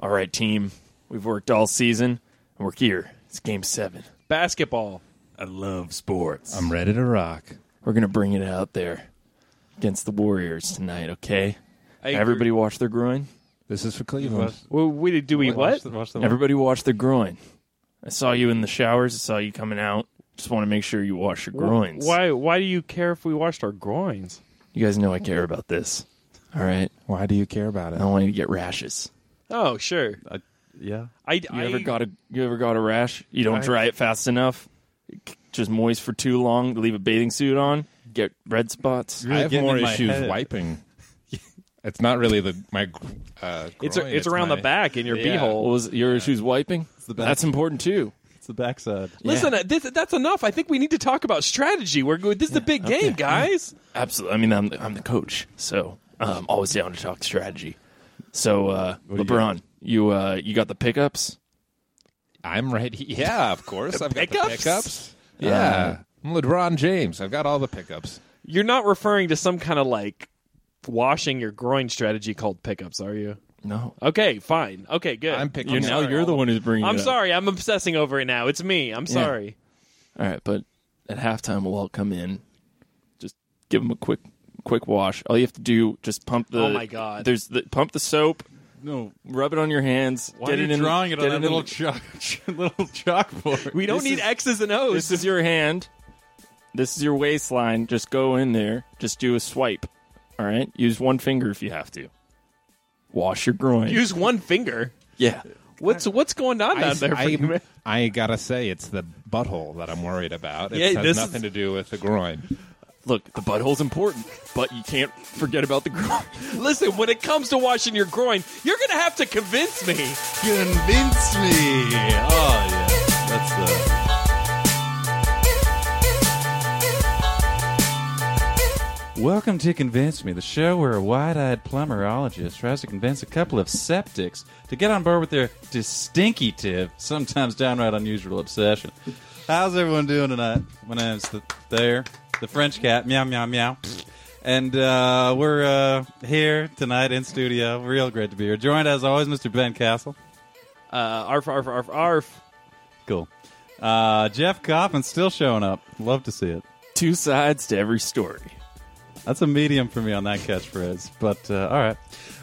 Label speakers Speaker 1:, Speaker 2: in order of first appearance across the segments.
Speaker 1: All right, team, we've worked all season, and we're here. It's game seven.
Speaker 2: Basketball.
Speaker 3: I love sports.
Speaker 4: I'm ready to rock.
Speaker 1: We're gonna bring it out there against the Warriors tonight. Okay,
Speaker 2: I agree.
Speaker 1: everybody watch their groin.
Speaker 4: This is for Cleveland.
Speaker 2: Well, we did. Do we what?
Speaker 3: Watch the, watch the
Speaker 1: Everybody watch their groin. I saw you in the showers. I saw you coming out. Just want to make sure you wash your groins.
Speaker 2: Why? Why do you care if we washed our groins?
Speaker 1: You guys know I care about this. All right,
Speaker 4: Why do you care about
Speaker 1: I
Speaker 4: it?
Speaker 1: don't want you to get rashes.
Speaker 2: Oh, sure.
Speaker 3: I, Uh, yeah.
Speaker 2: I,
Speaker 1: You
Speaker 2: I-
Speaker 1: ever got a you ever got a rash? You don't dry it fast enough. Just moist for too long. Leave a bathing suit on. Get red spots.
Speaker 4: I have
Speaker 3: getting
Speaker 4: more
Speaker 3: in my
Speaker 4: issues
Speaker 3: head.
Speaker 4: wiping. It's not really the my. Uh,
Speaker 2: It's
Speaker 4: groin,
Speaker 2: it's around
Speaker 4: my-
Speaker 2: the back in your
Speaker 4: Yeah.
Speaker 2: beehole.
Speaker 1: What was it? your issues wiping?
Speaker 3: the best.
Speaker 1: That's important too.
Speaker 3: It's the backside.
Speaker 2: Listen, uh this, that's enough. I think we need to talk about strategy. We're good. This is a big game, guys.
Speaker 1: Absolutely. I mean, I'm I'm the coach, so um, always down to talk strategy. So uh,
Speaker 3: do you
Speaker 1: LeBron, you uh, you got the pickups.
Speaker 4: I'm right. he- Yeah, of course. I've got the
Speaker 2: pickups?
Speaker 4: pickups. Yeah, I'm LeBron James. I've got all the pickups.
Speaker 2: You're not referring to some kind of like washing your groin strategy called pickups, are you?
Speaker 1: No,
Speaker 2: Okay, fine. Okay, good.
Speaker 4: I'm picking.
Speaker 1: You're- now you're the one who's bringing.
Speaker 2: I'm
Speaker 1: it up.
Speaker 2: sorry. I'm obsessing over it now. It's me. I'm sorry.
Speaker 1: All right, but at halftime we'll all come in. Just give them a quick quick wash. All you have to do just pump the.
Speaker 2: Oh, my God.
Speaker 1: There's the pump the soap.
Speaker 3: No.
Speaker 1: Rub it on your hands.
Speaker 3: Why
Speaker 1: get
Speaker 3: are you
Speaker 1: it in,
Speaker 3: drawing it
Speaker 1: get
Speaker 3: on that
Speaker 1: in
Speaker 3: little,
Speaker 1: the-
Speaker 3: chalk, little chalkboard?
Speaker 2: We don't
Speaker 1: This
Speaker 2: need
Speaker 1: is-
Speaker 2: X's and O's.
Speaker 1: This is your hand. This is your waistline. Just go in there. Just do a swipe. All right. Use one finger if you have to. Wash your groin.
Speaker 2: Use one finger.
Speaker 1: yeah.
Speaker 2: What's what's going on down there? For you, man?
Speaker 4: I, gotta say, it's the butthole that I'm worried about. It
Speaker 2: Yeah,
Speaker 4: has
Speaker 2: this
Speaker 4: nothing
Speaker 2: is-
Speaker 4: to do with the groin.
Speaker 1: Look, the butthole's important, but you can't forget about the groin.
Speaker 2: Listen, when it comes to washing your groin, you're gonna have to convince me.
Speaker 3: Convince me. Oh, yeah. That's the. uh, Welcome to Convince Me, the show where a wide eyed plumberologist tries to convince a couple of septics to get on board with their distinctive, sometimes downright unusual obsession. How's everyone doing tonight? My name's the, there, the French cat, meow, meow, meow. And uh, we're uh, here tonight in studio. Real great to be here. Joined as always, Mr. Ben Castle.
Speaker 2: Uh, arf, arf, arf, arf.
Speaker 3: Cool. Uh, Jeff Coffin still showing up. Love to see it.
Speaker 1: Two sides to every story.
Speaker 3: That's a medium for me on that catchphrase. But uh, all right.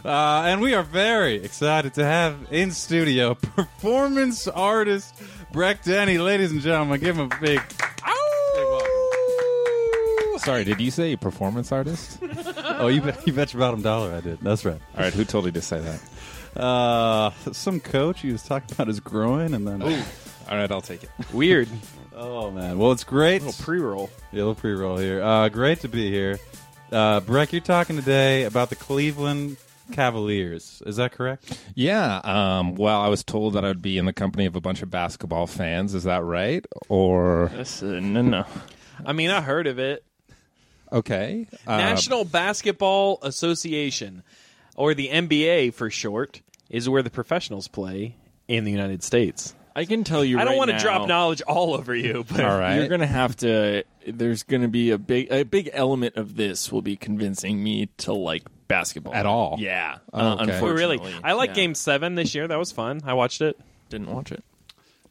Speaker 3: Uh, and we are very excited to have in studio performance artist Breck Denny. Ladies and gentlemen, give him a big.
Speaker 4: Sorry, did you say performance artist? all
Speaker 3: Oh, you bet, you bet your bottom dollar I did. That's right.
Speaker 4: right, who told you to say that?
Speaker 3: Uh, some coach, he was talking about his groin and then.
Speaker 4: All right, I'll take it.
Speaker 2: Weird.
Speaker 3: Oh, man. Well, it's great.
Speaker 2: pre-roll.
Speaker 3: Yeah, a little pre-roll here. Uh, great to be here, uh, Breck. You're talking today about the Cleveland Cavaliers. Is that correct?
Speaker 4: Yeah. Um, well, I was told that I'd be in the company of a bunch of basketball fans. Is that right? Or
Speaker 1: That's uh, no, no.
Speaker 2: I mean, I heard of it.
Speaker 4: okay, uh,
Speaker 2: National Basketball Association, or the NBA for short, is where the professionals play in the United States.
Speaker 1: I can tell you.
Speaker 2: I don't
Speaker 1: right
Speaker 2: want to
Speaker 1: now-
Speaker 2: drop knowledge all over you, but
Speaker 4: All right.
Speaker 1: You're gonna have to. There's gonna be a big, a big element of this will be convincing me to like basketball
Speaker 4: At all?
Speaker 1: Yeah,
Speaker 4: Oh,
Speaker 1: uh,
Speaker 4: okay.
Speaker 2: But really,
Speaker 1: unfortunately,
Speaker 2: I like
Speaker 1: Yeah.
Speaker 2: Game Seven this year. That was fun. I watched it.
Speaker 1: Didn't watch it.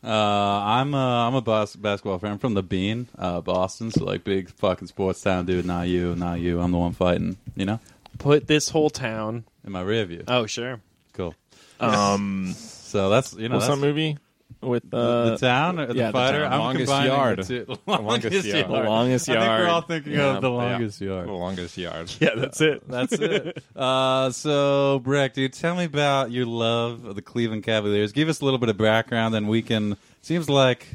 Speaker 3: Uh, I'm a I'm a bas- basketball fan. I'm from the Bean, uh, Boston. So like big fucking sports town, dude. Not you, not you. I'm the one fighting. You know,
Speaker 2: Put this whole town.
Speaker 3: in my rear view.
Speaker 1: Uh,
Speaker 2: Oh sure.
Speaker 3: Cool.
Speaker 1: Um,
Speaker 3: So that's you know
Speaker 1: what's that
Speaker 3: that's
Speaker 1: movie with
Speaker 3: the,
Speaker 1: uh,
Speaker 3: the town, or the
Speaker 1: yeah, the
Speaker 3: fighter.
Speaker 1: town.
Speaker 3: I'm
Speaker 4: Longest
Speaker 3: combining
Speaker 4: yard.
Speaker 3: The two-
Speaker 4: The longest yard.
Speaker 1: The longest
Speaker 3: I think
Speaker 1: yard.
Speaker 3: we're all thinking
Speaker 1: Yeah.
Speaker 3: of the
Speaker 1: Yeah.
Speaker 3: longest
Speaker 4: the
Speaker 3: yard.
Speaker 4: longest yard.
Speaker 2: Yeah, that's it.
Speaker 3: That's it. Uh, so, Breck, dude, tell me about your love of the Cleveland Cavaliers. Give us a little bit of background, and we can. Seems like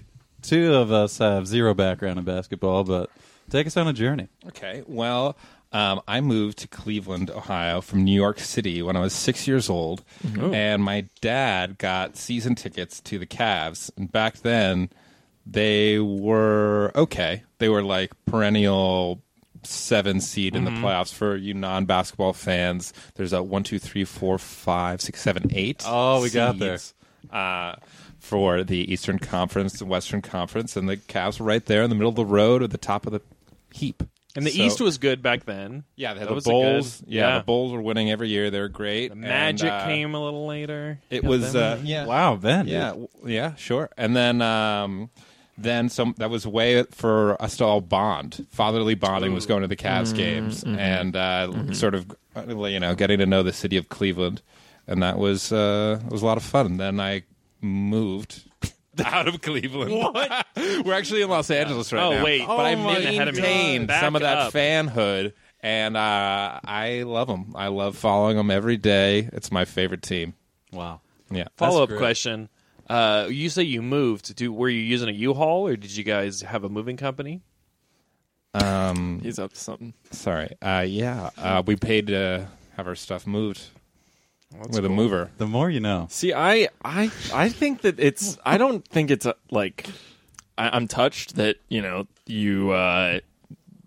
Speaker 3: two of us have zero background in basketball, but take us on a journey.
Speaker 4: Okay. Well, um, I moved to Cleveland, Ohio from New York City when I was six years old.
Speaker 3: Mm-hmm. Oh.
Speaker 4: And my dad got season tickets to the Cavs. And back then, they were okay. They were like perennial seven seed in
Speaker 3: Mm-hmm.
Speaker 4: the playoffs for you non basketball fans. There's a one, two, three, four, five, six, seven, eight.
Speaker 3: Oh, we got there.
Speaker 4: seeds, Uh, for the Eastern Conference and Western Conference, and the Cavs were right there in the middle of the road at the top of the heap.
Speaker 2: And the
Speaker 4: So-
Speaker 2: East was good back then.
Speaker 4: Yeah, they had
Speaker 2: That
Speaker 4: the
Speaker 2: was a
Speaker 4: Bulls.
Speaker 2: good-
Speaker 4: yeah,
Speaker 2: yeah.
Speaker 4: the Bulls were winning every year. They were great.
Speaker 2: The
Speaker 4: And,
Speaker 2: Magic
Speaker 4: uh,
Speaker 2: came a little later.
Speaker 4: It
Speaker 2: Got
Speaker 4: was
Speaker 2: them.
Speaker 4: uh, yeah,
Speaker 3: Wow, then. dude.
Speaker 4: yeah, w- yeah, sure. And then, um, then some. That was a way for us to all bond. Fatherly bonding was going to the Cavs games and uh, sort of, uh, you know, getting to know the city of Cleveland, and that was uh, it was a lot of fun. And then I moved. Out of Cleveland, what? We're actually in Los Angeles right
Speaker 2: Oh,
Speaker 4: now.
Speaker 2: wait.
Speaker 4: but
Speaker 2: Oh
Speaker 4: I
Speaker 2: my God.
Speaker 4: maintained
Speaker 2: Back
Speaker 4: some of that
Speaker 2: up.
Speaker 4: fanhood, and uh, I love them. I love following them every day. It's my favorite team.
Speaker 2: wow.
Speaker 4: Yeah,
Speaker 2: Follow up
Speaker 3: great.
Speaker 2: question. Uh, you say you moved. Do were you using a U-Haul or did you guys have a moving company?
Speaker 4: Um,
Speaker 1: He's up to something.
Speaker 4: Sorry. Uh, yeah, uh, we paid to have our stuff moved with a mover.
Speaker 3: The more you know.
Speaker 1: See, I, I, I think that it's. I don't think it's uh, like. I, I'm touched that you know you uh,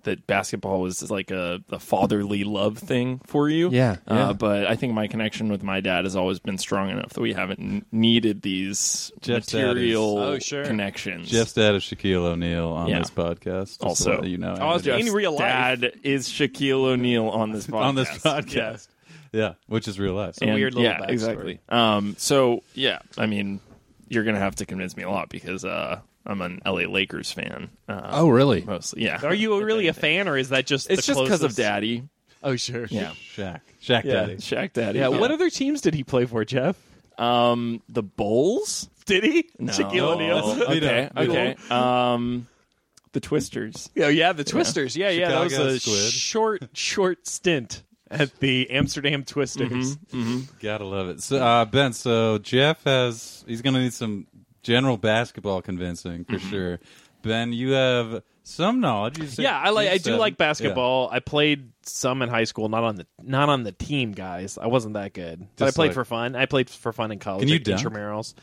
Speaker 1: that basketball was like a, a fatherly love thing for you.
Speaker 4: Yeah,
Speaker 1: Uh,
Speaker 4: yeah.
Speaker 1: But I think my connection with my dad has always been strong enough that we haven't n- needed these
Speaker 3: Jeff's dad is-
Speaker 1: material
Speaker 2: Oh, sure.
Speaker 1: connections.
Speaker 3: Jeff's dad is Shaquille O'Neal on
Speaker 1: Yeah.
Speaker 3: this podcast. Just
Speaker 1: Also.
Speaker 3: so that you know.
Speaker 2: Oh,
Speaker 3: Andy.
Speaker 2: Jeff- In real life.
Speaker 1: dad is Shaquille O'Neal on this podcast.
Speaker 3: on this podcast.
Speaker 1: Yeah.
Speaker 3: Yeah, which is real life. So
Speaker 1: And-
Speaker 2: weird little
Speaker 1: yeah,
Speaker 2: backstory.
Speaker 1: exactly. Um, so yeah, I mean, you're gonna have to convince me a lot because uh, I'm an LA Lakers fan. Uh,
Speaker 2: Oh,
Speaker 4: really?
Speaker 1: mostly. Yeah,
Speaker 2: Are you really a fan or is that just
Speaker 1: It's
Speaker 2: the
Speaker 1: just because of
Speaker 2: closest-
Speaker 1: Daddy.
Speaker 2: Oh sure.
Speaker 1: Yeah,
Speaker 3: Shaq. Shaq
Speaker 1: yeah,
Speaker 3: Daddy.
Speaker 1: Shaq Daddy.
Speaker 2: Yeah, what other teams did he play for, Jeff?
Speaker 1: Um, the Bulls.
Speaker 2: Did he?
Speaker 1: No.
Speaker 2: Shaquille O'Neal.
Speaker 3: We
Speaker 1: Okay,
Speaker 3: don't. We
Speaker 1: okay. Um, the Twisters.
Speaker 2: Yeah, yeah, the Twisters. Yeah, yeah, that was
Speaker 3: Chicago
Speaker 2: a
Speaker 3: Squid.
Speaker 2: short, short stint at the Amsterdam Twisters.
Speaker 4: Mm-hmm.
Speaker 3: Gotta love it. So, uh, Ben, so Jeff has, he's going to need some general basketball convincing
Speaker 2: Mm-hmm.
Speaker 3: for sure. Ben, you have some knowledge. You said-
Speaker 2: Yeah, I like.
Speaker 3: you
Speaker 2: I do
Speaker 3: said-
Speaker 2: like
Speaker 3: yeah.
Speaker 2: basketball. I played some in high school, not on the not on the team, guys. I wasn't that good, but I
Speaker 3: Just
Speaker 2: played
Speaker 3: like-
Speaker 2: for fun. I played for fun in college.
Speaker 3: Can you
Speaker 2: at
Speaker 3: dunk?
Speaker 2: intramurals?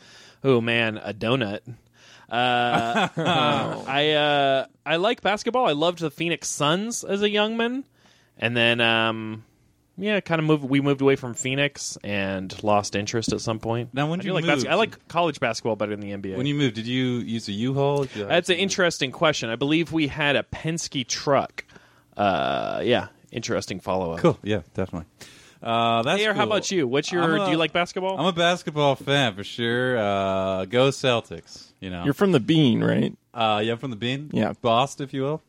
Speaker 2: Oh man, a donut. Uh, I uh, I like basketball. I loved the Phoenix Suns as a young man, and then um, yeah, kind of moved. We moved away from Phoenix and lost interest at some point.
Speaker 3: Now, when
Speaker 2: I
Speaker 3: did
Speaker 2: do
Speaker 3: you
Speaker 2: like
Speaker 3: move?
Speaker 2: basket- I like college basketball better than the NBA.
Speaker 3: When you moved, did you use a U-Haul? Did you-
Speaker 2: That's an interesting question. I believe we had a Penske truck. Uh, yeah, interesting follow up.
Speaker 3: Cool. Yeah, definitely. Uh, that's
Speaker 2: Mayor, how
Speaker 3: cool.
Speaker 2: about you? What's your?
Speaker 3: I'm a-
Speaker 2: do you like basketball?
Speaker 3: I'm a basketball fan for sure. Uh, go Celtics. You know,
Speaker 1: You're from the Bean, right?
Speaker 3: uh, yeah, I'm from the Bean.
Speaker 1: Yeah.
Speaker 3: Bost, if you will.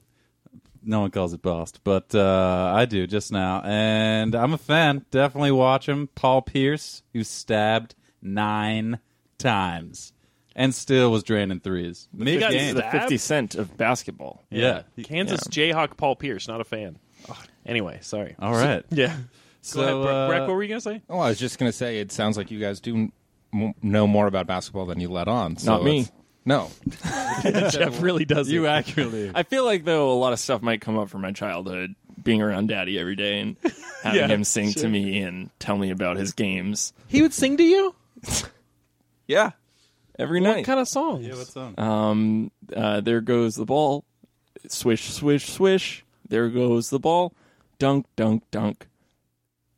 Speaker 3: No one calls it Bost, but uh, I do just now, and I'm a fan. Definitely watch him. Paul Pierce, who stabbed nine times and still was draining threes. Mid
Speaker 2: got
Speaker 3: game.
Speaker 1: The
Speaker 2: Dab?
Speaker 1: Fifty Cent of basketball.
Speaker 3: yeah.
Speaker 2: Kansas Jayhawk Paul Pierce, not a fan. Anyway, sorry.
Speaker 3: All right.
Speaker 2: Yeah.
Speaker 3: So,
Speaker 2: Go ahead, Breck.
Speaker 3: uh,
Speaker 2: Breck, what were you gonna say?
Speaker 4: Oh, I was just gonna say. It sounds like you guys do m- know more about basketball than you let on. So
Speaker 1: Not me.
Speaker 4: it's- No.
Speaker 2: Jeff really does.
Speaker 3: you
Speaker 2: it.
Speaker 3: accurately.
Speaker 1: I feel like though a lot of stuff might come up from my childhood, being around Daddy every day and having
Speaker 2: Yeah,
Speaker 1: him sing to me and tell me about his games.
Speaker 2: He would sing to you.
Speaker 1: Yeah, every
Speaker 2: What
Speaker 1: night.
Speaker 2: kind of songs?
Speaker 3: Yeah, what's on?
Speaker 1: um, uh, there goes the ball, swish, swish, swish. There goes the ball, dunk, dunk, dunk.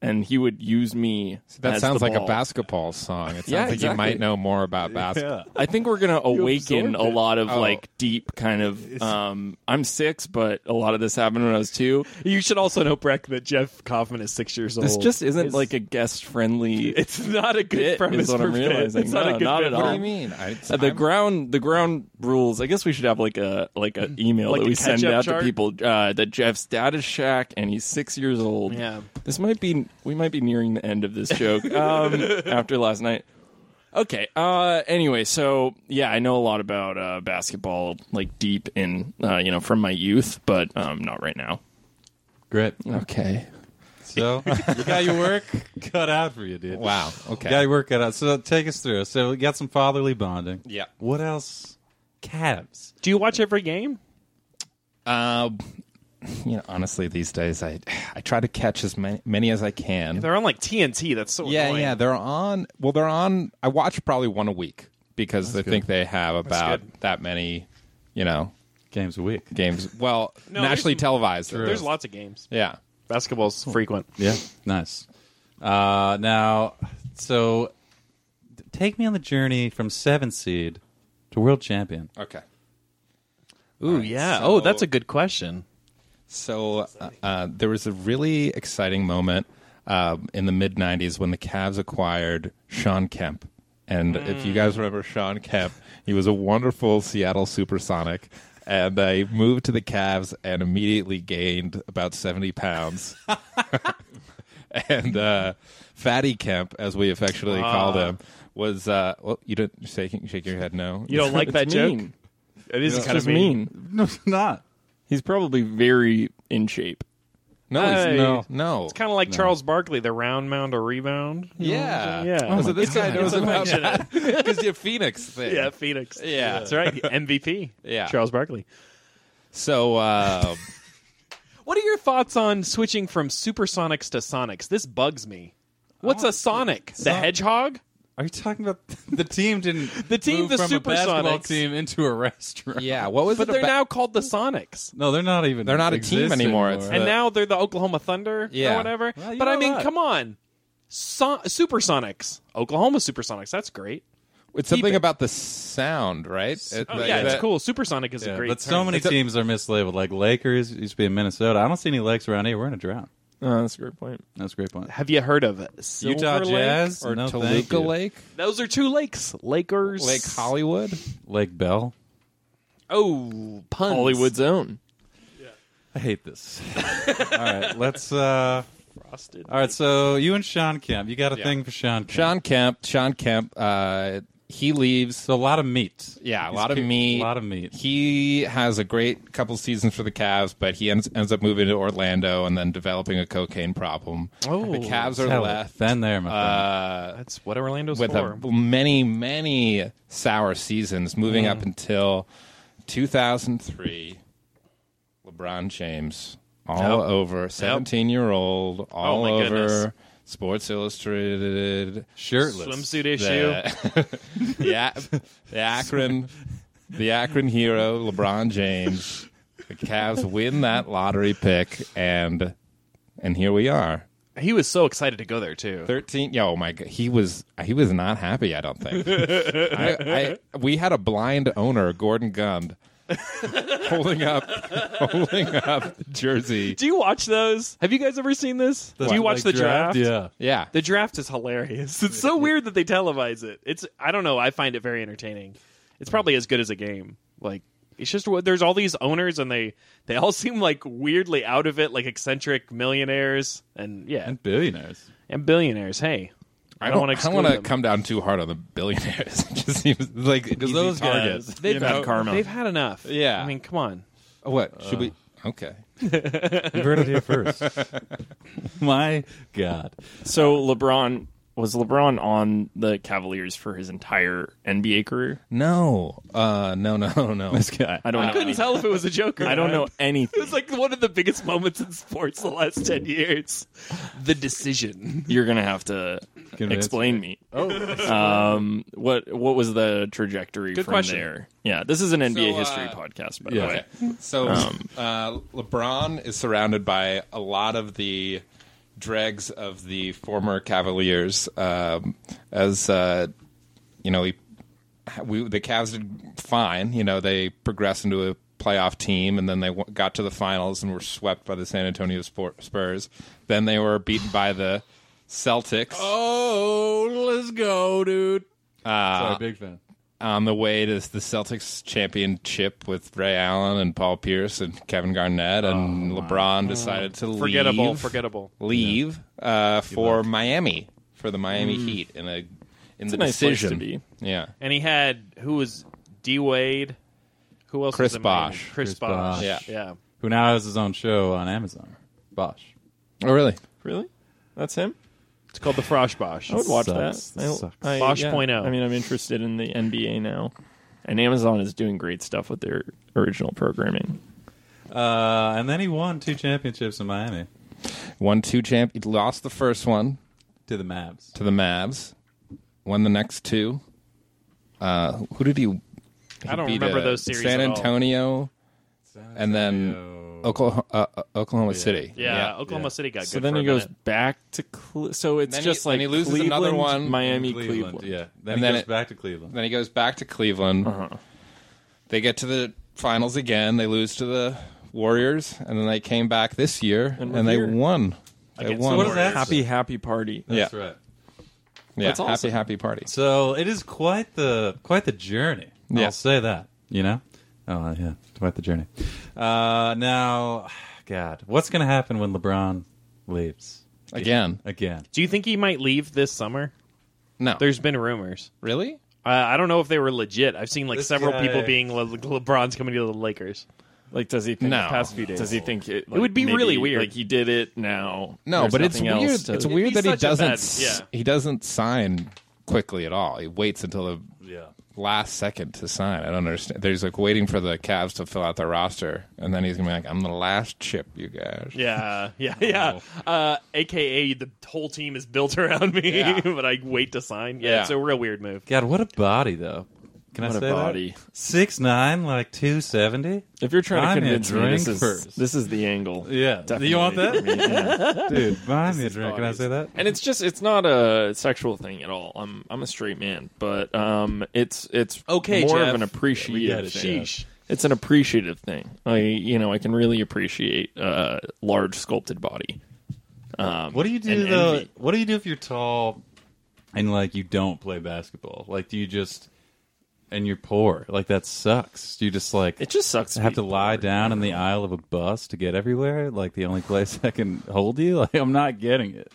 Speaker 1: And he would use me.
Speaker 4: That
Speaker 1: as
Speaker 4: sounds
Speaker 1: the
Speaker 4: like a
Speaker 1: ball.
Speaker 4: basketball song. It sounds
Speaker 1: Yeah,
Speaker 4: like you
Speaker 1: exactly.
Speaker 4: might know more about basketball.
Speaker 3: yeah.
Speaker 1: I think we're gonna awaken
Speaker 2: absorbed
Speaker 1: a lot of
Speaker 4: Oh.
Speaker 1: like deep kind of. Um, I'm six, but a lot of this happened when I was two.
Speaker 2: You should also know, Breck, that Jeff Kaufman is six years old.
Speaker 1: This just isn't
Speaker 2: It's-
Speaker 1: like a guest friendly.
Speaker 2: Oh. It's not a good
Speaker 1: bit is
Speaker 2: premise
Speaker 1: what
Speaker 2: for
Speaker 1: I'm
Speaker 2: bit.
Speaker 1: realizing.
Speaker 2: It's not
Speaker 1: No,
Speaker 2: a good
Speaker 1: not
Speaker 2: bit
Speaker 1: at
Speaker 2: for
Speaker 1: all.
Speaker 4: What do you mean? I,
Speaker 1: Uh, the
Speaker 4: I'm-
Speaker 1: ground the ground rules. I guess we should have like a like an email
Speaker 2: Mm-hmm. Like
Speaker 1: that
Speaker 2: a
Speaker 1: we send
Speaker 2: catch-up
Speaker 1: out
Speaker 2: chart?
Speaker 1: to people uh, that Jeff's dad is Shaq and he's six years old.
Speaker 2: Yeah.
Speaker 1: this might be we might be nearing the end of this joke um, after last night. Okay. Uh, anyway, so yeah, I know a lot about uh, basketball, like deep in uh, you know from my youth, but um, not right now.
Speaker 3: Great.
Speaker 1: Okay.
Speaker 3: So you got your work cut out for you, dude.
Speaker 4: Wow. Okay.
Speaker 3: You got your work cut out. So take us through. So we got some fatherly bonding.
Speaker 4: Yeah.
Speaker 3: What else? Cavs.
Speaker 2: Do you watch every game?
Speaker 4: Uh, you know, honestly, these days I I try to catch as many, many as I can.
Speaker 2: They're on like TNT. That's so
Speaker 4: yeah,
Speaker 2: annoying.
Speaker 4: yeah, they're on. Well, they're on. I watch probably one a week because I think they have about
Speaker 2: good.
Speaker 4: that many, you know,
Speaker 3: Games a week.
Speaker 4: games. Well,
Speaker 2: No,
Speaker 4: nationally
Speaker 2: there's-
Speaker 4: televised.
Speaker 2: There's lots of games.
Speaker 4: Yeah.
Speaker 2: Basketball's frequent.
Speaker 3: Yeah. Nice. Uh, now, so t- take me on the journey from seven seed to world champion.
Speaker 4: Okay.
Speaker 2: Ooh, yeah.
Speaker 4: so-
Speaker 2: oh, that's a good question.
Speaker 4: So uh, uh, there was a really exciting moment um, in the mid '90s when the Cavs acquired Sean Kemp. And if you
Speaker 2: Mm.
Speaker 4: guys remember Sean Kemp, he was a wonderful Seattle Supersonic, and they moved to the Cavs and immediately gained about seventy pounds. and uh, Fatty Kemp, as we affectionately called him, was uh, well. You don't shaking shake your head no.
Speaker 2: You don't like that
Speaker 5: It's
Speaker 2: joke?
Speaker 5: mean.
Speaker 2: It is
Speaker 5: It's
Speaker 2: kind of
Speaker 5: just mean.
Speaker 3: No, it's not.
Speaker 5: He's probably very in shape.
Speaker 4: no, he's-
Speaker 2: Hey.
Speaker 4: no, no.
Speaker 2: It's kind of like Charles Barkley, the round mound or rebound.
Speaker 4: Yeah.
Speaker 2: Yeah. Oh
Speaker 4: so
Speaker 5: my
Speaker 4: this guy
Speaker 5: God.
Speaker 4: knows
Speaker 2: It's
Speaker 4: about
Speaker 2: affectionate.
Speaker 4: because your Phoenix thing.
Speaker 2: Yeah, Phoenix.
Speaker 4: Yeah.
Speaker 2: that's right. MVP.
Speaker 4: Yeah.
Speaker 2: Charles Barkley.
Speaker 4: So uh,
Speaker 2: What are your thoughts on switching from supersonics to sonics? This bugs me. What's a sonic? The hedgehog?
Speaker 3: Are you talking about the team didn't
Speaker 2: The team,
Speaker 3: move
Speaker 2: the
Speaker 3: from a basketball
Speaker 2: Supersonics.
Speaker 3: team into a restaurant?
Speaker 4: yeah, what was
Speaker 2: But
Speaker 4: it?
Speaker 2: they're
Speaker 4: about-
Speaker 2: now called the Sonics.
Speaker 3: No, they're not even.
Speaker 4: They're not a team
Speaker 3: exist
Speaker 4: anymore. It's
Speaker 2: And
Speaker 4: Uh,
Speaker 2: now they're the Oklahoma Thunder
Speaker 4: Yeah.
Speaker 2: or whatever.
Speaker 3: Well, you
Speaker 2: but I
Speaker 3: know
Speaker 2: mean,
Speaker 3: that.
Speaker 2: come on. So- Supersonics. Oklahoma Supersonics. That's great.
Speaker 4: it's something
Speaker 2: it.
Speaker 4: about the sound, right? It-
Speaker 2: Oh,
Speaker 4: like
Speaker 2: yeah, it's
Speaker 4: that-
Speaker 2: cool. Supersonic is a great
Speaker 3: but so many
Speaker 4: It's a-
Speaker 3: teams are mislabeled. Like Lakers used to be in Minnesota. I don't see any lakes around here. We're in a drought.
Speaker 5: Uh, that's a great point.
Speaker 3: That's a great point.
Speaker 2: Have you heard of it? Silver
Speaker 3: Utah
Speaker 2: Lake?
Speaker 3: Jazz
Speaker 4: Or
Speaker 3: no, thank
Speaker 4: Toluca
Speaker 3: you.
Speaker 4: Lake,
Speaker 2: Those are two lakes. Lakers.
Speaker 4: Lake Hollywood.
Speaker 3: Lake Bell.
Speaker 2: Oh, puns.
Speaker 5: Hollywood's own.
Speaker 3: I hate this. all right, let's. Uh,
Speaker 2: Frosted.
Speaker 3: all right, so you and Sean Kemp, you got a thing for Sean. Kemp.
Speaker 4: Sean Kemp. Sean Kemp. Uh, he leaves.
Speaker 3: So a lot of meat.
Speaker 4: Yeah, a
Speaker 3: He's
Speaker 4: lot of
Speaker 3: kicked
Speaker 4: meat.
Speaker 3: A lot of meat.
Speaker 4: He has a great couple seasons for the Cavs, but he ends, ends up moving to Orlando and then developing a cocaine problem.
Speaker 2: Oh.
Speaker 4: the Cavs are
Speaker 3: Hell,
Speaker 4: left
Speaker 3: Then there, my friend.
Speaker 4: uh,
Speaker 2: That's what Orlando's
Speaker 4: with
Speaker 2: for.
Speaker 4: a, many, many sour seasons, moving
Speaker 2: Mm.
Speaker 4: up until 2003. LeBron James, all
Speaker 2: Yep. Oh
Speaker 4: over, 17 year old, all
Speaker 2: my
Speaker 4: over
Speaker 2: goodness.
Speaker 4: Sports Illustrated,
Speaker 3: shirtless.
Speaker 2: Swimsuit issue.
Speaker 4: the, the, Ac- the Akron, the Akron hero, LeBron James. The Cavs win that lottery pick, and and here we are.
Speaker 2: He was so excited to go there too.
Speaker 4: Thirteen. Yo, my God, he was he was not happy. I don't think. I, I, we had a blind owner, Gordon Gund, holding up holding up the jersey.
Speaker 2: Do you watch those? Have you guys ever seen this? Do you watch the
Speaker 3: Like
Speaker 2: draft?
Speaker 3: Yeah.
Speaker 4: Yeah,
Speaker 2: The draft is hilarious. It's so weird that they televise it. It's I don't know. I find it very entertaining. It's probably as good as a game. Like it's just what- there's all these owners and they they all seem like weirdly out of it, like eccentric millionaires and yeah and,
Speaker 3: And billionaires.
Speaker 2: billionaires. Hey, I don't, want
Speaker 4: I
Speaker 2: to.
Speaker 4: don't want to
Speaker 2: them.
Speaker 4: come down too hard on the billionaires. it just seems like because
Speaker 3: those guys-
Speaker 5: They've had karma.
Speaker 2: They've had enough.
Speaker 4: Yeah.
Speaker 2: I mean, come on.
Speaker 4: What should we? Okay.
Speaker 3: You heard it here first. my God.
Speaker 5: So LeBron was LeBron on the Cavaliers for his entire NBA career.
Speaker 4: No, uh, no, no, no.
Speaker 3: This guy.
Speaker 5: I don't know.
Speaker 2: Couldn't
Speaker 5: any-
Speaker 2: tell if it was a joke. Or
Speaker 5: I don't
Speaker 2: not.
Speaker 5: know anything.
Speaker 2: It was like one of the biggest moments in sports the last 10 years. The decision.
Speaker 5: You're gonna have to
Speaker 3: Convince
Speaker 5: explain me.
Speaker 4: Oh.
Speaker 5: um, what what was the trajectory
Speaker 2: Good
Speaker 5: from
Speaker 2: question.
Speaker 5: there? Yeah, this is an NBA
Speaker 4: So, uh,
Speaker 5: history podcast, by
Speaker 3: yeah.
Speaker 5: the way.
Speaker 4: So uh, LeBron is surrounded by a lot of the dregs of the former Cavaliers, um, as uh, you know. He, we, the Cavs did fine. You know, they progressed into a playoff team, and then they w- got to the finals and were swept by the San Antonio Spor- Spurs. Then they were beaten by the Celtics.
Speaker 3: Oh, let's go, dude.
Speaker 4: Uh,
Speaker 3: Sorry, big fan.
Speaker 4: on the way to the Celtics championship with Ray Allen and Paul Pierce and Kevin Garnett, and LeBron decided to
Speaker 2: Oh, Forgettable.
Speaker 4: leave,
Speaker 2: Forgettable.
Speaker 4: leave uh, for Miami for the Miami
Speaker 2: Mm.
Speaker 4: Heat in a in the
Speaker 5: a nice place to
Speaker 4: decision.
Speaker 5: be.
Speaker 4: Yeah,
Speaker 2: And he had, who was D Wade? Who else?
Speaker 4: Chris
Speaker 2: was in Miami?
Speaker 4: Bosh.
Speaker 2: Chris,
Speaker 3: Chris
Speaker 2: Bosh.
Speaker 3: Bosh.
Speaker 4: Yeah.
Speaker 2: Yeah.
Speaker 3: Who now has his own show on Amazon. Bosch.
Speaker 4: oh really?
Speaker 5: Really, that's him.
Speaker 2: It's called the Frosh Bosh.
Speaker 5: I would watch
Speaker 3: Sucks.
Speaker 5: that. I,
Speaker 3: Sucks.
Speaker 5: I,
Speaker 2: Bosch
Speaker 5: yeah.
Speaker 2: point oh.
Speaker 5: I mean, I'm interested in the NBA now, and Amazon is doing great stuff with their original programming.
Speaker 3: Uh, and then he won two championships in Miami
Speaker 4: Won two champ. he Lost the first one
Speaker 3: to the Mavs.
Speaker 4: to the Mavs. Won the next two. Uh, who did he? he
Speaker 2: I don't
Speaker 4: beat,
Speaker 2: remember
Speaker 4: uh,
Speaker 2: those series
Speaker 4: San
Speaker 2: at all.
Speaker 4: Antonio, and then Oklahoma, uh, uh, Oklahoma City.
Speaker 2: Yeah, Oklahoma City got
Speaker 5: So
Speaker 2: good.
Speaker 5: then
Speaker 2: for
Speaker 5: he
Speaker 2: a
Speaker 5: goes
Speaker 2: minute.
Speaker 5: back to Cle- so it's
Speaker 4: Then he-
Speaker 5: just
Speaker 4: then
Speaker 5: like
Speaker 4: he loses
Speaker 5: Cleveland,
Speaker 4: another one.
Speaker 5: Miami,
Speaker 3: Cleveland,
Speaker 5: Cleveland.
Speaker 3: Yeah. Then
Speaker 4: And
Speaker 3: he
Speaker 4: then
Speaker 3: goes
Speaker 4: it-
Speaker 3: back to Cleveland.
Speaker 4: Then he goes back to Cleveland. They get to the finals again. They lose to the Warriors, and then they came back this year and,
Speaker 5: And we're
Speaker 4: they
Speaker 5: here.
Speaker 4: won. They
Speaker 2: Against
Speaker 4: won.
Speaker 2: the Warriors. That's-
Speaker 5: happy, happy party.
Speaker 4: Yeah,
Speaker 3: That's right.
Speaker 4: yeah.
Speaker 5: That's awesome.
Speaker 4: Happy, happy party.
Speaker 3: So it is quite the quite the journey.
Speaker 4: Yeah.
Speaker 3: I'll say that. You know. Oh yeah, quite the journey. Uh, now, God, what's going to happen when LeBron leaves
Speaker 4: Again,
Speaker 3: again?
Speaker 2: Do you think he might leave this summer?
Speaker 4: no.
Speaker 2: There's been rumors.
Speaker 4: really.
Speaker 2: Uh, I don't know if they were legit. I've seen like
Speaker 3: This
Speaker 2: several
Speaker 3: guy-
Speaker 2: people being Le- Le- LeBron's coming to the Lakers.
Speaker 5: Like, does he think
Speaker 4: No.
Speaker 5: the past few days? Does he think it? like,
Speaker 2: would be
Speaker 5: maybe,
Speaker 2: really weird.
Speaker 5: Like he did it now.
Speaker 4: No,
Speaker 5: There's
Speaker 4: but it's
Speaker 5: nothing else
Speaker 4: weird.
Speaker 5: to-
Speaker 4: It's weird that he
Speaker 2: such a
Speaker 4: doesn't.
Speaker 2: bad-
Speaker 4: s-
Speaker 2: yeah.
Speaker 4: He doesn't sign quickly at all. He waits until the
Speaker 3: Yeah.
Speaker 4: last second to sign. I don't understand. There's like waiting for the Cavs to fill out their roster, and then he's gonna be like, "I'm the last chip, you guys."
Speaker 2: Yeah, yeah, yeah. Uh, AKA the whole team is built around me,
Speaker 4: Yeah.
Speaker 2: but I wait to sign. Yeah,
Speaker 4: Yeah.
Speaker 2: it's a real weird move.
Speaker 3: God, what a body though. Can
Speaker 5: What
Speaker 3: I
Speaker 5: a
Speaker 3: say that?
Speaker 5: body.
Speaker 3: Six nine, like two seventy.
Speaker 5: If you're trying
Speaker 3: Buy
Speaker 5: to
Speaker 3: me a
Speaker 5: convince me, this
Speaker 3: drink
Speaker 5: is
Speaker 3: first.
Speaker 5: this is the angle.
Speaker 3: Yeah.
Speaker 5: Definitely.
Speaker 3: You want that?
Speaker 5: I mean, yeah.
Speaker 3: Dude, buy me a drink. Can I
Speaker 5: bodies.
Speaker 3: say that?
Speaker 5: And it's just it's not a sexual thing at all. I'm I'm a straight man, but um, it's it's
Speaker 2: Okay,
Speaker 5: more
Speaker 2: Jeff.
Speaker 5: of an
Speaker 3: Yeah, we
Speaker 5: appreciative
Speaker 3: get it,
Speaker 5: thing.
Speaker 2: Sheesh.
Speaker 5: It's an appreciative thing. I you know I can really appreciate uh, large sculpted body. Um,
Speaker 3: What do you do
Speaker 5: and
Speaker 3: though?
Speaker 5: envy.
Speaker 3: What do you do if you're tall and like you don't play basketball? Like, do you just and you're poor? Like that sucks. Do you just like
Speaker 5: It just sucks.
Speaker 3: have
Speaker 5: be
Speaker 3: to lie
Speaker 5: bored.
Speaker 3: down in the aisle of a bus to get everywhere? Like the only place I can hold you? Like I'm not getting it.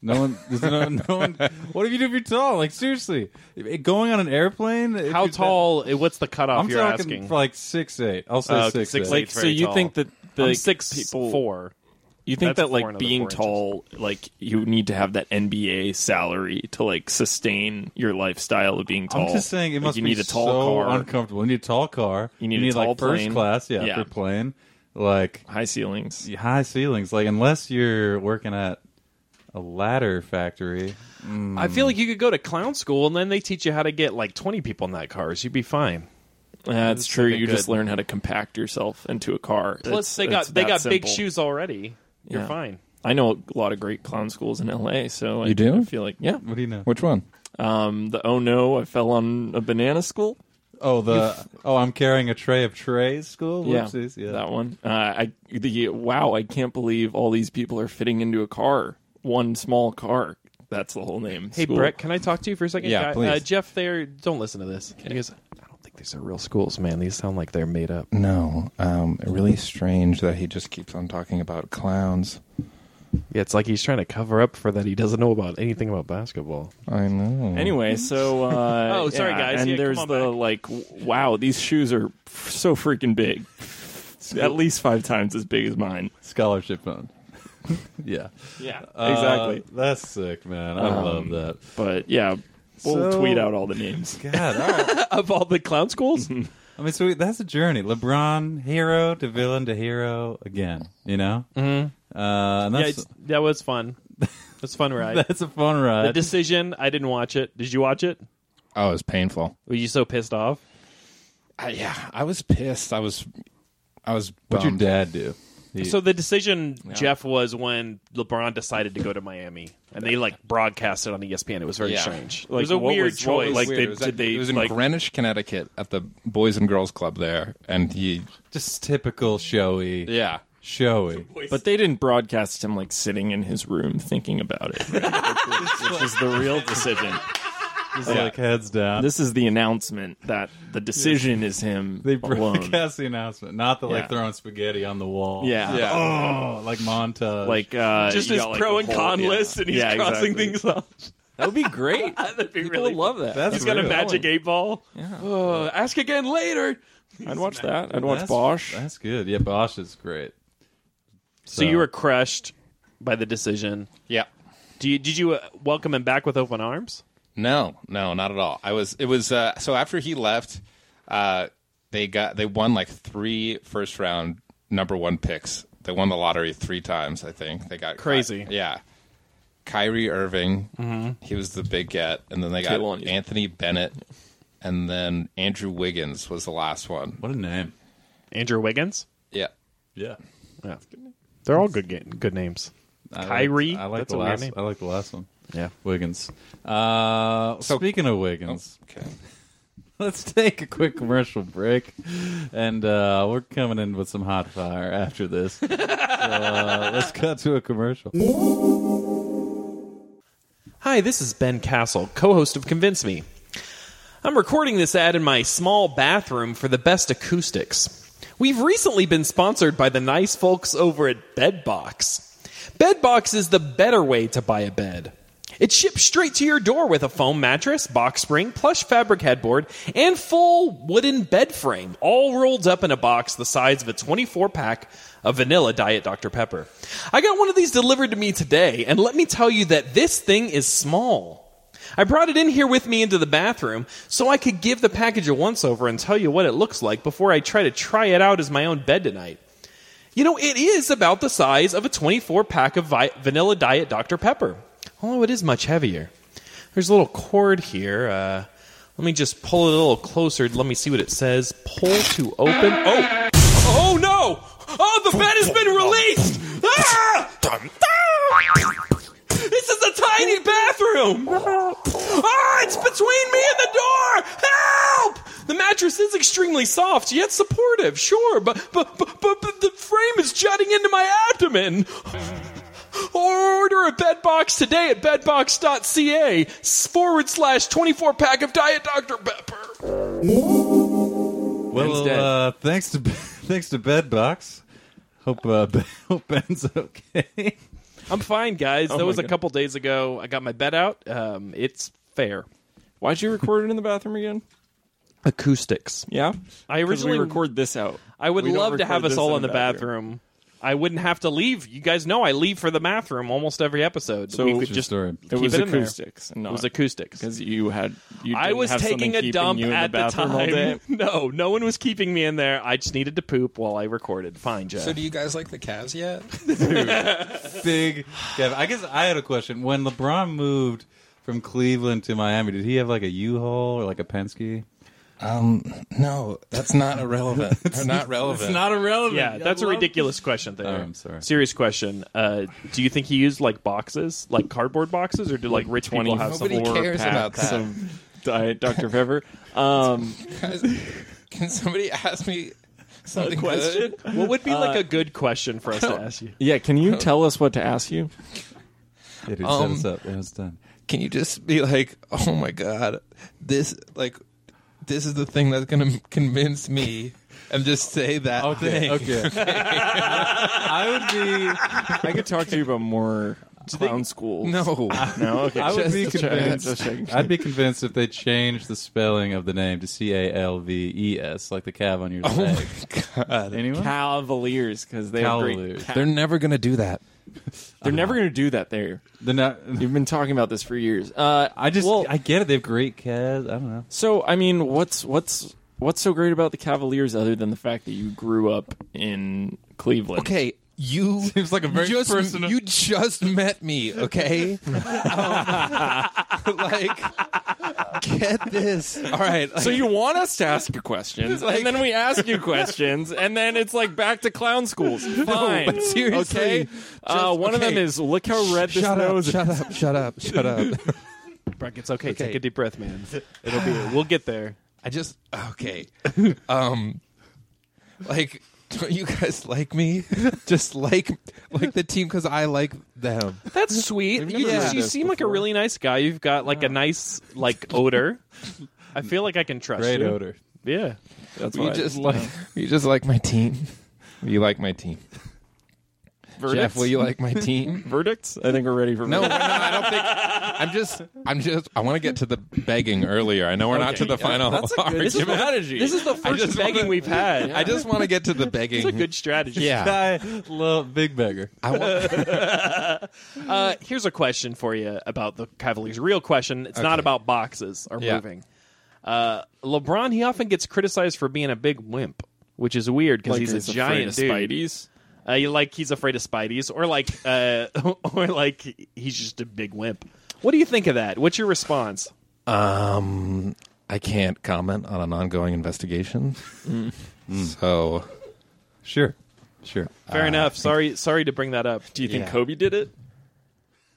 Speaker 3: No one, there's no, no one. What if you do if you're tall? Like seriously, If- going on an airplane. if
Speaker 2: How
Speaker 3: you're that-
Speaker 2: tall? eh, what's the cutoff
Speaker 3: I'm
Speaker 2: you're
Speaker 3: talking
Speaker 2: asking?
Speaker 3: for like six eight. I'll say
Speaker 2: Oh, okay,
Speaker 3: six,
Speaker 2: six,
Speaker 3: eight.
Speaker 2: eight.
Speaker 5: Like
Speaker 2: It's
Speaker 5: so,
Speaker 2: very
Speaker 5: you
Speaker 2: tall.
Speaker 5: think that the
Speaker 2: I'm six
Speaker 5: people
Speaker 2: four.
Speaker 5: You think
Speaker 2: That's
Speaker 5: that
Speaker 2: four
Speaker 5: like
Speaker 2: and another
Speaker 5: being
Speaker 2: four inches.
Speaker 5: tall, like you need to have that NBA salary to like sustain your lifestyle of being tall.
Speaker 3: I'm just saying it
Speaker 5: Like,
Speaker 3: must
Speaker 5: you
Speaker 3: be
Speaker 5: need a tall
Speaker 3: so
Speaker 5: car,
Speaker 3: uncomfortable. You need a tall car.
Speaker 5: You need a tall
Speaker 3: like
Speaker 5: plane.
Speaker 3: first class, yeah,
Speaker 5: Yeah.
Speaker 3: for plane. Like
Speaker 5: high ceilings.
Speaker 3: high ceilings. Like unless you're working at a ladder factory.
Speaker 2: I feel like you could go to clown school and then they teach you how to get like twenty people in that cars. You'd be fine.
Speaker 5: That's true.
Speaker 2: something
Speaker 5: You just
Speaker 2: good.
Speaker 5: learn how to compact yourself into a car.
Speaker 2: Plus,
Speaker 5: It's-
Speaker 2: they got
Speaker 5: it's
Speaker 2: they
Speaker 5: that
Speaker 2: got big
Speaker 5: simple.
Speaker 2: shoes already. You're
Speaker 5: Yeah.
Speaker 2: fine.
Speaker 5: I know a lot of great clown schools in LA, so I,
Speaker 4: You do?
Speaker 5: I feel like yeah.
Speaker 3: What do you know?
Speaker 4: Which one?
Speaker 5: Um, the oh no, I fell on a banana school.
Speaker 3: Oh, the oh, I'm carrying a tray of trays. School. Whoopsies.
Speaker 5: yeah,
Speaker 3: Yeah.
Speaker 5: that one. Uh, I the wow, I can't believe all these people are fitting into a car, one small car. That's the whole name.
Speaker 2: Hey
Speaker 5: School.
Speaker 2: Brett, can I talk to you for a second?
Speaker 4: Yeah,
Speaker 2: Guy-
Speaker 4: please.
Speaker 2: Uh, Jeff, there. Don't listen to this. He goes, I don't think these are real schools, man. These sound like they're made up.
Speaker 4: No, um, really strange that he just keeps on talking about clowns.
Speaker 2: Yeah, it's like he's trying to cover up for that he doesn't know about anything about basketball.
Speaker 4: I know.
Speaker 5: Anyway, so uh,
Speaker 2: Oh, sorry,
Speaker 5: yeah,
Speaker 2: guys.
Speaker 5: and
Speaker 2: Yeah, come
Speaker 5: there's
Speaker 2: on
Speaker 5: the
Speaker 2: back.
Speaker 5: like, w- wow, these shoes are f- so freaking big, at least five times as big as mine.
Speaker 3: Scholarship fund. yeah.
Speaker 5: Yeah, Um,
Speaker 3: Uh, that's sick, man. I love that.
Speaker 5: But yeah, we'll
Speaker 3: So-
Speaker 5: tweet out all the names.
Speaker 3: God. All right.
Speaker 2: of all the clown schools,
Speaker 3: I mean, so we, that's a journey. LeBron, hero to villain to hero again. You know. Mm-hmm. Uh, and
Speaker 2: yeah,
Speaker 3: that's
Speaker 2: it's, that was fun. It's fun ride.
Speaker 3: that's a fun
Speaker 2: the
Speaker 3: ride.
Speaker 2: decision. I didn't watch it. Did you watch it?
Speaker 4: oh, it was painful.
Speaker 2: Were you so pissed off?
Speaker 4: I, yeah, I was pissed. I was, I was.
Speaker 3: What'd your
Speaker 4: bummed.
Speaker 3: dad do? He-
Speaker 2: So the decision, Jeff, was when LeBron decided to go to Miami, and they like broadcast it on E ESPN. It was very
Speaker 4: Yeah.
Speaker 2: strange.
Speaker 5: Like,
Speaker 2: it was a
Speaker 5: what
Speaker 2: weird
Speaker 5: was- what
Speaker 2: choice.
Speaker 5: was- Like,
Speaker 4: Weird.
Speaker 5: they-
Speaker 4: it was, at-
Speaker 5: did they,
Speaker 4: it was in
Speaker 5: like-
Speaker 4: Greenwich, Connecticut, at the Boys and Girls Club there, and he.
Speaker 3: just typical showy,
Speaker 4: Yeah.
Speaker 3: showy.
Speaker 5: But they didn't broadcast him like sitting in his room thinking about it, which is the real decision.
Speaker 3: Just like heads down.
Speaker 5: This is the announcement that the decision is him
Speaker 3: they
Speaker 5: alone.
Speaker 3: broadcast the announcement, not the like
Speaker 5: Yeah.
Speaker 3: throwing spaghetti on the wall.
Speaker 5: Yeah.
Speaker 4: Yeah.
Speaker 3: Oh, like montage.
Speaker 5: Like uh,
Speaker 2: just
Speaker 5: you
Speaker 2: his
Speaker 5: got, like,
Speaker 2: pro
Speaker 5: the
Speaker 2: and
Speaker 5: whole-
Speaker 2: con
Speaker 5: yeah.
Speaker 2: list, and he's
Speaker 5: Yeah,
Speaker 2: crossing
Speaker 5: exactly.
Speaker 2: things off.
Speaker 5: That would be great.
Speaker 2: That'd be
Speaker 5: People
Speaker 2: really
Speaker 5: would love that.
Speaker 3: That's
Speaker 2: He's got a
Speaker 3: real.
Speaker 2: magic eight ball. Uh, ask again later.
Speaker 5: I'd watch that. I'd watch
Speaker 3: That's-
Speaker 5: Bosch.
Speaker 3: That's good. Yeah, Bosch is great.
Speaker 2: So you were crushed by the decision.
Speaker 4: Yeah.
Speaker 2: Do you, did you uh, welcome him back with open arms?
Speaker 4: No, no, not at all. I was. It was. Uh, so after he left, uh, they got they won like three first round number one picks. They won the lottery three times. I think they got Ky-
Speaker 2: Crazy.
Speaker 4: yeah. Kyrie Irving, he was the big get, and then they got
Speaker 5: Kalani.
Speaker 4: Anthony Bennett, and then Andrew Wiggins was the last one.
Speaker 3: What a name.
Speaker 2: Andrew Wiggins.
Speaker 4: Yeah,
Speaker 3: Yeah.
Speaker 2: Yeah, they're all good good names.
Speaker 3: I like-
Speaker 2: Kyrie.
Speaker 3: I like
Speaker 2: That's
Speaker 3: the
Speaker 2: a weird
Speaker 3: last.
Speaker 2: name.
Speaker 3: I like the last one.
Speaker 2: Yeah.
Speaker 3: Wiggins. Uh,
Speaker 4: So-
Speaker 3: speaking of Wiggins,
Speaker 4: okay.
Speaker 3: Let's take a quick commercial break, and uh, we're coming in with some hot fire after this. so, uh, let's cut to a commercial.
Speaker 2: Hi, this is Ben Castle, co host of Convince Me. I'm recording this ad in my small bathroom for the best acoustics. We've recently been sponsored by the nice folks over at Bedbox. Bedbox is the better way to buy a bed. It ships straight to your door with a foam mattress, box spring, plush fabric headboard, and full wooden bed frame, all rolled up in a box the size of a 24 pack of vanilla Diet Dr. Pepper. I got one of these delivered to me today, and let me tell you that this thing is small. I brought it in here with me into the bathroom so I could give the package a once over and tell you what it looks like before I try to try it out as my own bed tonight. You know, it is about the size of a 24 pack of vi- vanilla diet Dr. Pepper, although it is much heavier. There's a little cord here. Uh, let me just pull it a little closer. Let me see what it says. Pull to open. Oh! Oh no! Oh, the bed has been released! Ah! This is a tiny bathroom! Ah, it's between me and the door! Help! The mattress is extremely soft, yet supportive, sure, but, but, but, but, but the frame is jutting into my abdomen! Order a bed box today at bedbox.ca forward slash 24 pack of Diet Dr. Pepper.
Speaker 3: Well,
Speaker 5: dead.
Speaker 3: uh, thanks to thanks to Bedbox. Hope uh, Ben- hope Ben's okay.
Speaker 2: I'm fine, guys. that
Speaker 5: Oh my
Speaker 2: was a
Speaker 5: God.
Speaker 2: couple days ago. I got my bed out. Um, it's fair.
Speaker 5: Why'd you record it in the bathroom again?
Speaker 2: Acoustics.
Speaker 5: Yeah,
Speaker 2: I
Speaker 5: 'Cause
Speaker 2: originally-
Speaker 5: we record this out.
Speaker 2: I would
Speaker 5: We don't
Speaker 2: love to
Speaker 5: record
Speaker 2: have us
Speaker 5: this
Speaker 2: all in the
Speaker 5: bathroom.
Speaker 2: bathroom. I wouldn't have to leave. You guys know I leave for the bathroom almost every episode.
Speaker 5: So
Speaker 2: we
Speaker 5: it's
Speaker 2: could
Speaker 5: your
Speaker 2: just
Speaker 3: story.
Speaker 5: It
Speaker 2: keep
Speaker 5: was
Speaker 2: it in there.
Speaker 5: acoustics, and
Speaker 2: It
Speaker 5: not
Speaker 2: was acoustics.
Speaker 5: because you had. You
Speaker 2: I
Speaker 5: didn't
Speaker 2: was
Speaker 5: have something
Speaker 2: taking a
Speaker 5: keeping
Speaker 2: dump
Speaker 5: you in
Speaker 2: at the,
Speaker 5: the, bathroom all day.
Speaker 2: time. No, no one was keeping me in there. I just needed to poop while I recorded. Fine, Jeff.
Speaker 4: So, do you guys like the Cavs yet?
Speaker 3: Big Kevin. I guess I had a question. When LeBron moved from Cleveland to Miami, did he have like a U-Haul or like a Penske?
Speaker 4: Um, No, that's not irrelevant. it's not relevant.
Speaker 3: irrelevant.
Speaker 2: yeah, that's a ridiculous question. There,
Speaker 3: Oh, I'm sorry.
Speaker 2: Serious question. Uh, do you think he used like boxes, like cardboard boxes, or do like rich people have some?
Speaker 4: Nobody
Speaker 5: four
Speaker 4: cares about
Speaker 5: packs
Speaker 4: that.
Speaker 5: of Diet Dr Pepper. Um,
Speaker 4: Guys, can somebody ask me something?
Speaker 5: question?
Speaker 4: good?
Speaker 2: What would be like a good question for us to ask you?
Speaker 5: Uh, yeah, can you tell us what to ask you?
Speaker 3: Yeah, dude, set
Speaker 4: Um,
Speaker 3: us up. It was done.
Speaker 4: Can you just be like, oh my god, this like, this is the thing that's going to convince me, and just say that
Speaker 3: Okay.
Speaker 4: thing.
Speaker 3: Okay. I would be.
Speaker 5: I could talk to you about more clown school.
Speaker 4: No,
Speaker 5: no, okay.
Speaker 3: I would
Speaker 5: Just
Speaker 3: be
Speaker 5: a check, just
Speaker 3: convinced.
Speaker 5: a check.
Speaker 3: I'd be convinced if they changed the spelling of the name to C A L V E S, like the calf on your
Speaker 4: oh
Speaker 3: leg.
Speaker 4: my god,
Speaker 3: Anyone?
Speaker 5: Cavaliers because they have great.
Speaker 3: Cavaliers.
Speaker 5: Ca-
Speaker 4: they're never going to do that.
Speaker 5: They're never going to do that. There,
Speaker 3: They're not-
Speaker 5: you've been talking about this for years. Uh,
Speaker 3: I just.
Speaker 5: well,
Speaker 3: I get it. They have great calves. I don't know.
Speaker 5: So I mean, what's what's what's so great about the Cavaliers other than the fact that you grew up in Cleveland?
Speaker 4: Okay, you
Speaker 3: Seems like a very
Speaker 4: just,
Speaker 3: personal-
Speaker 4: You just met me, okay? Um, like, get this. All right.
Speaker 5: So you want us to ask you questions,
Speaker 4: Like-
Speaker 5: and then we ask you questions, and then it's like back to clown schools. Fine,
Speaker 4: but seriously,
Speaker 5: okay. uh,
Speaker 4: just-
Speaker 5: one of them
Speaker 4: okay.
Speaker 5: is look how red this
Speaker 4: shut up,
Speaker 5: nose.
Speaker 4: shut up! Shut up! Shut up!
Speaker 2: Brock, it's okay.
Speaker 4: Okay.
Speaker 2: Take a deep breath, man. It'll be. We'll get there.
Speaker 4: I just okay. Um, like, don't you guys like me? Just like like the team because I like them.
Speaker 2: That's sweet. You,
Speaker 4: never
Speaker 2: just-
Speaker 4: had
Speaker 2: you
Speaker 4: this
Speaker 2: seem like a really nice guy. You've got like a nice like odor. I feel like I can trust
Speaker 3: Great
Speaker 2: you.
Speaker 3: odor.
Speaker 2: Yeah.
Speaker 5: That's
Speaker 4: You
Speaker 5: why
Speaker 4: just like you just like my team. You like my team,
Speaker 5: verdicts.
Speaker 4: Jeff. Will you like my team?
Speaker 5: verdicts? I think we're ready for
Speaker 4: No, we're
Speaker 5: verdicts.
Speaker 4: not. I don't think. I'm just. I'm just. I want to get to the begging earlier. I know we're not to the final
Speaker 5: This is
Speaker 4: argument.
Speaker 5: strategy.
Speaker 2: This is the first
Speaker 4: just
Speaker 2: begging
Speaker 4: wanna-
Speaker 2: we've had.
Speaker 4: I just want to get to the begging.
Speaker 2: It's a good strategy.
Speaker 4: yeah.
Speaker 3: I love Big Beggar.
Speaker 4: I want,
Speaker 2: Uh, here's a question for you about the Cavaliers. Real question. It's not
Speaker 4: Okay.
Speaker 2: about boxes or
Speaker 4: Yeah.
Speaker 2: moving. Uh, LeBron, he often gets criticized for being a big wimp, which is weird because
Speaker 5: Like
Speaker 2: he's, a
Speaker 5: afraid
Speaker 2: giant
Speaker 5: of
Speaker 2: dude.
Speaker 5: Spideys.
Speaker 2: Uh, you like he's afraid of Spideys, or like, uh, or like he's just a big wimp. What do you think of that? What's your response?
Speaker 4: um, I can't comment on an ongoing investigation. So
Speaker 3: Sure. Sure.
Speaker 2: Uh, Fair enough. Sorry, sorry to bring that up.
Speaker 5: Do you think
Speaker 4: Yeah.
Speaker 5: Kobe did it?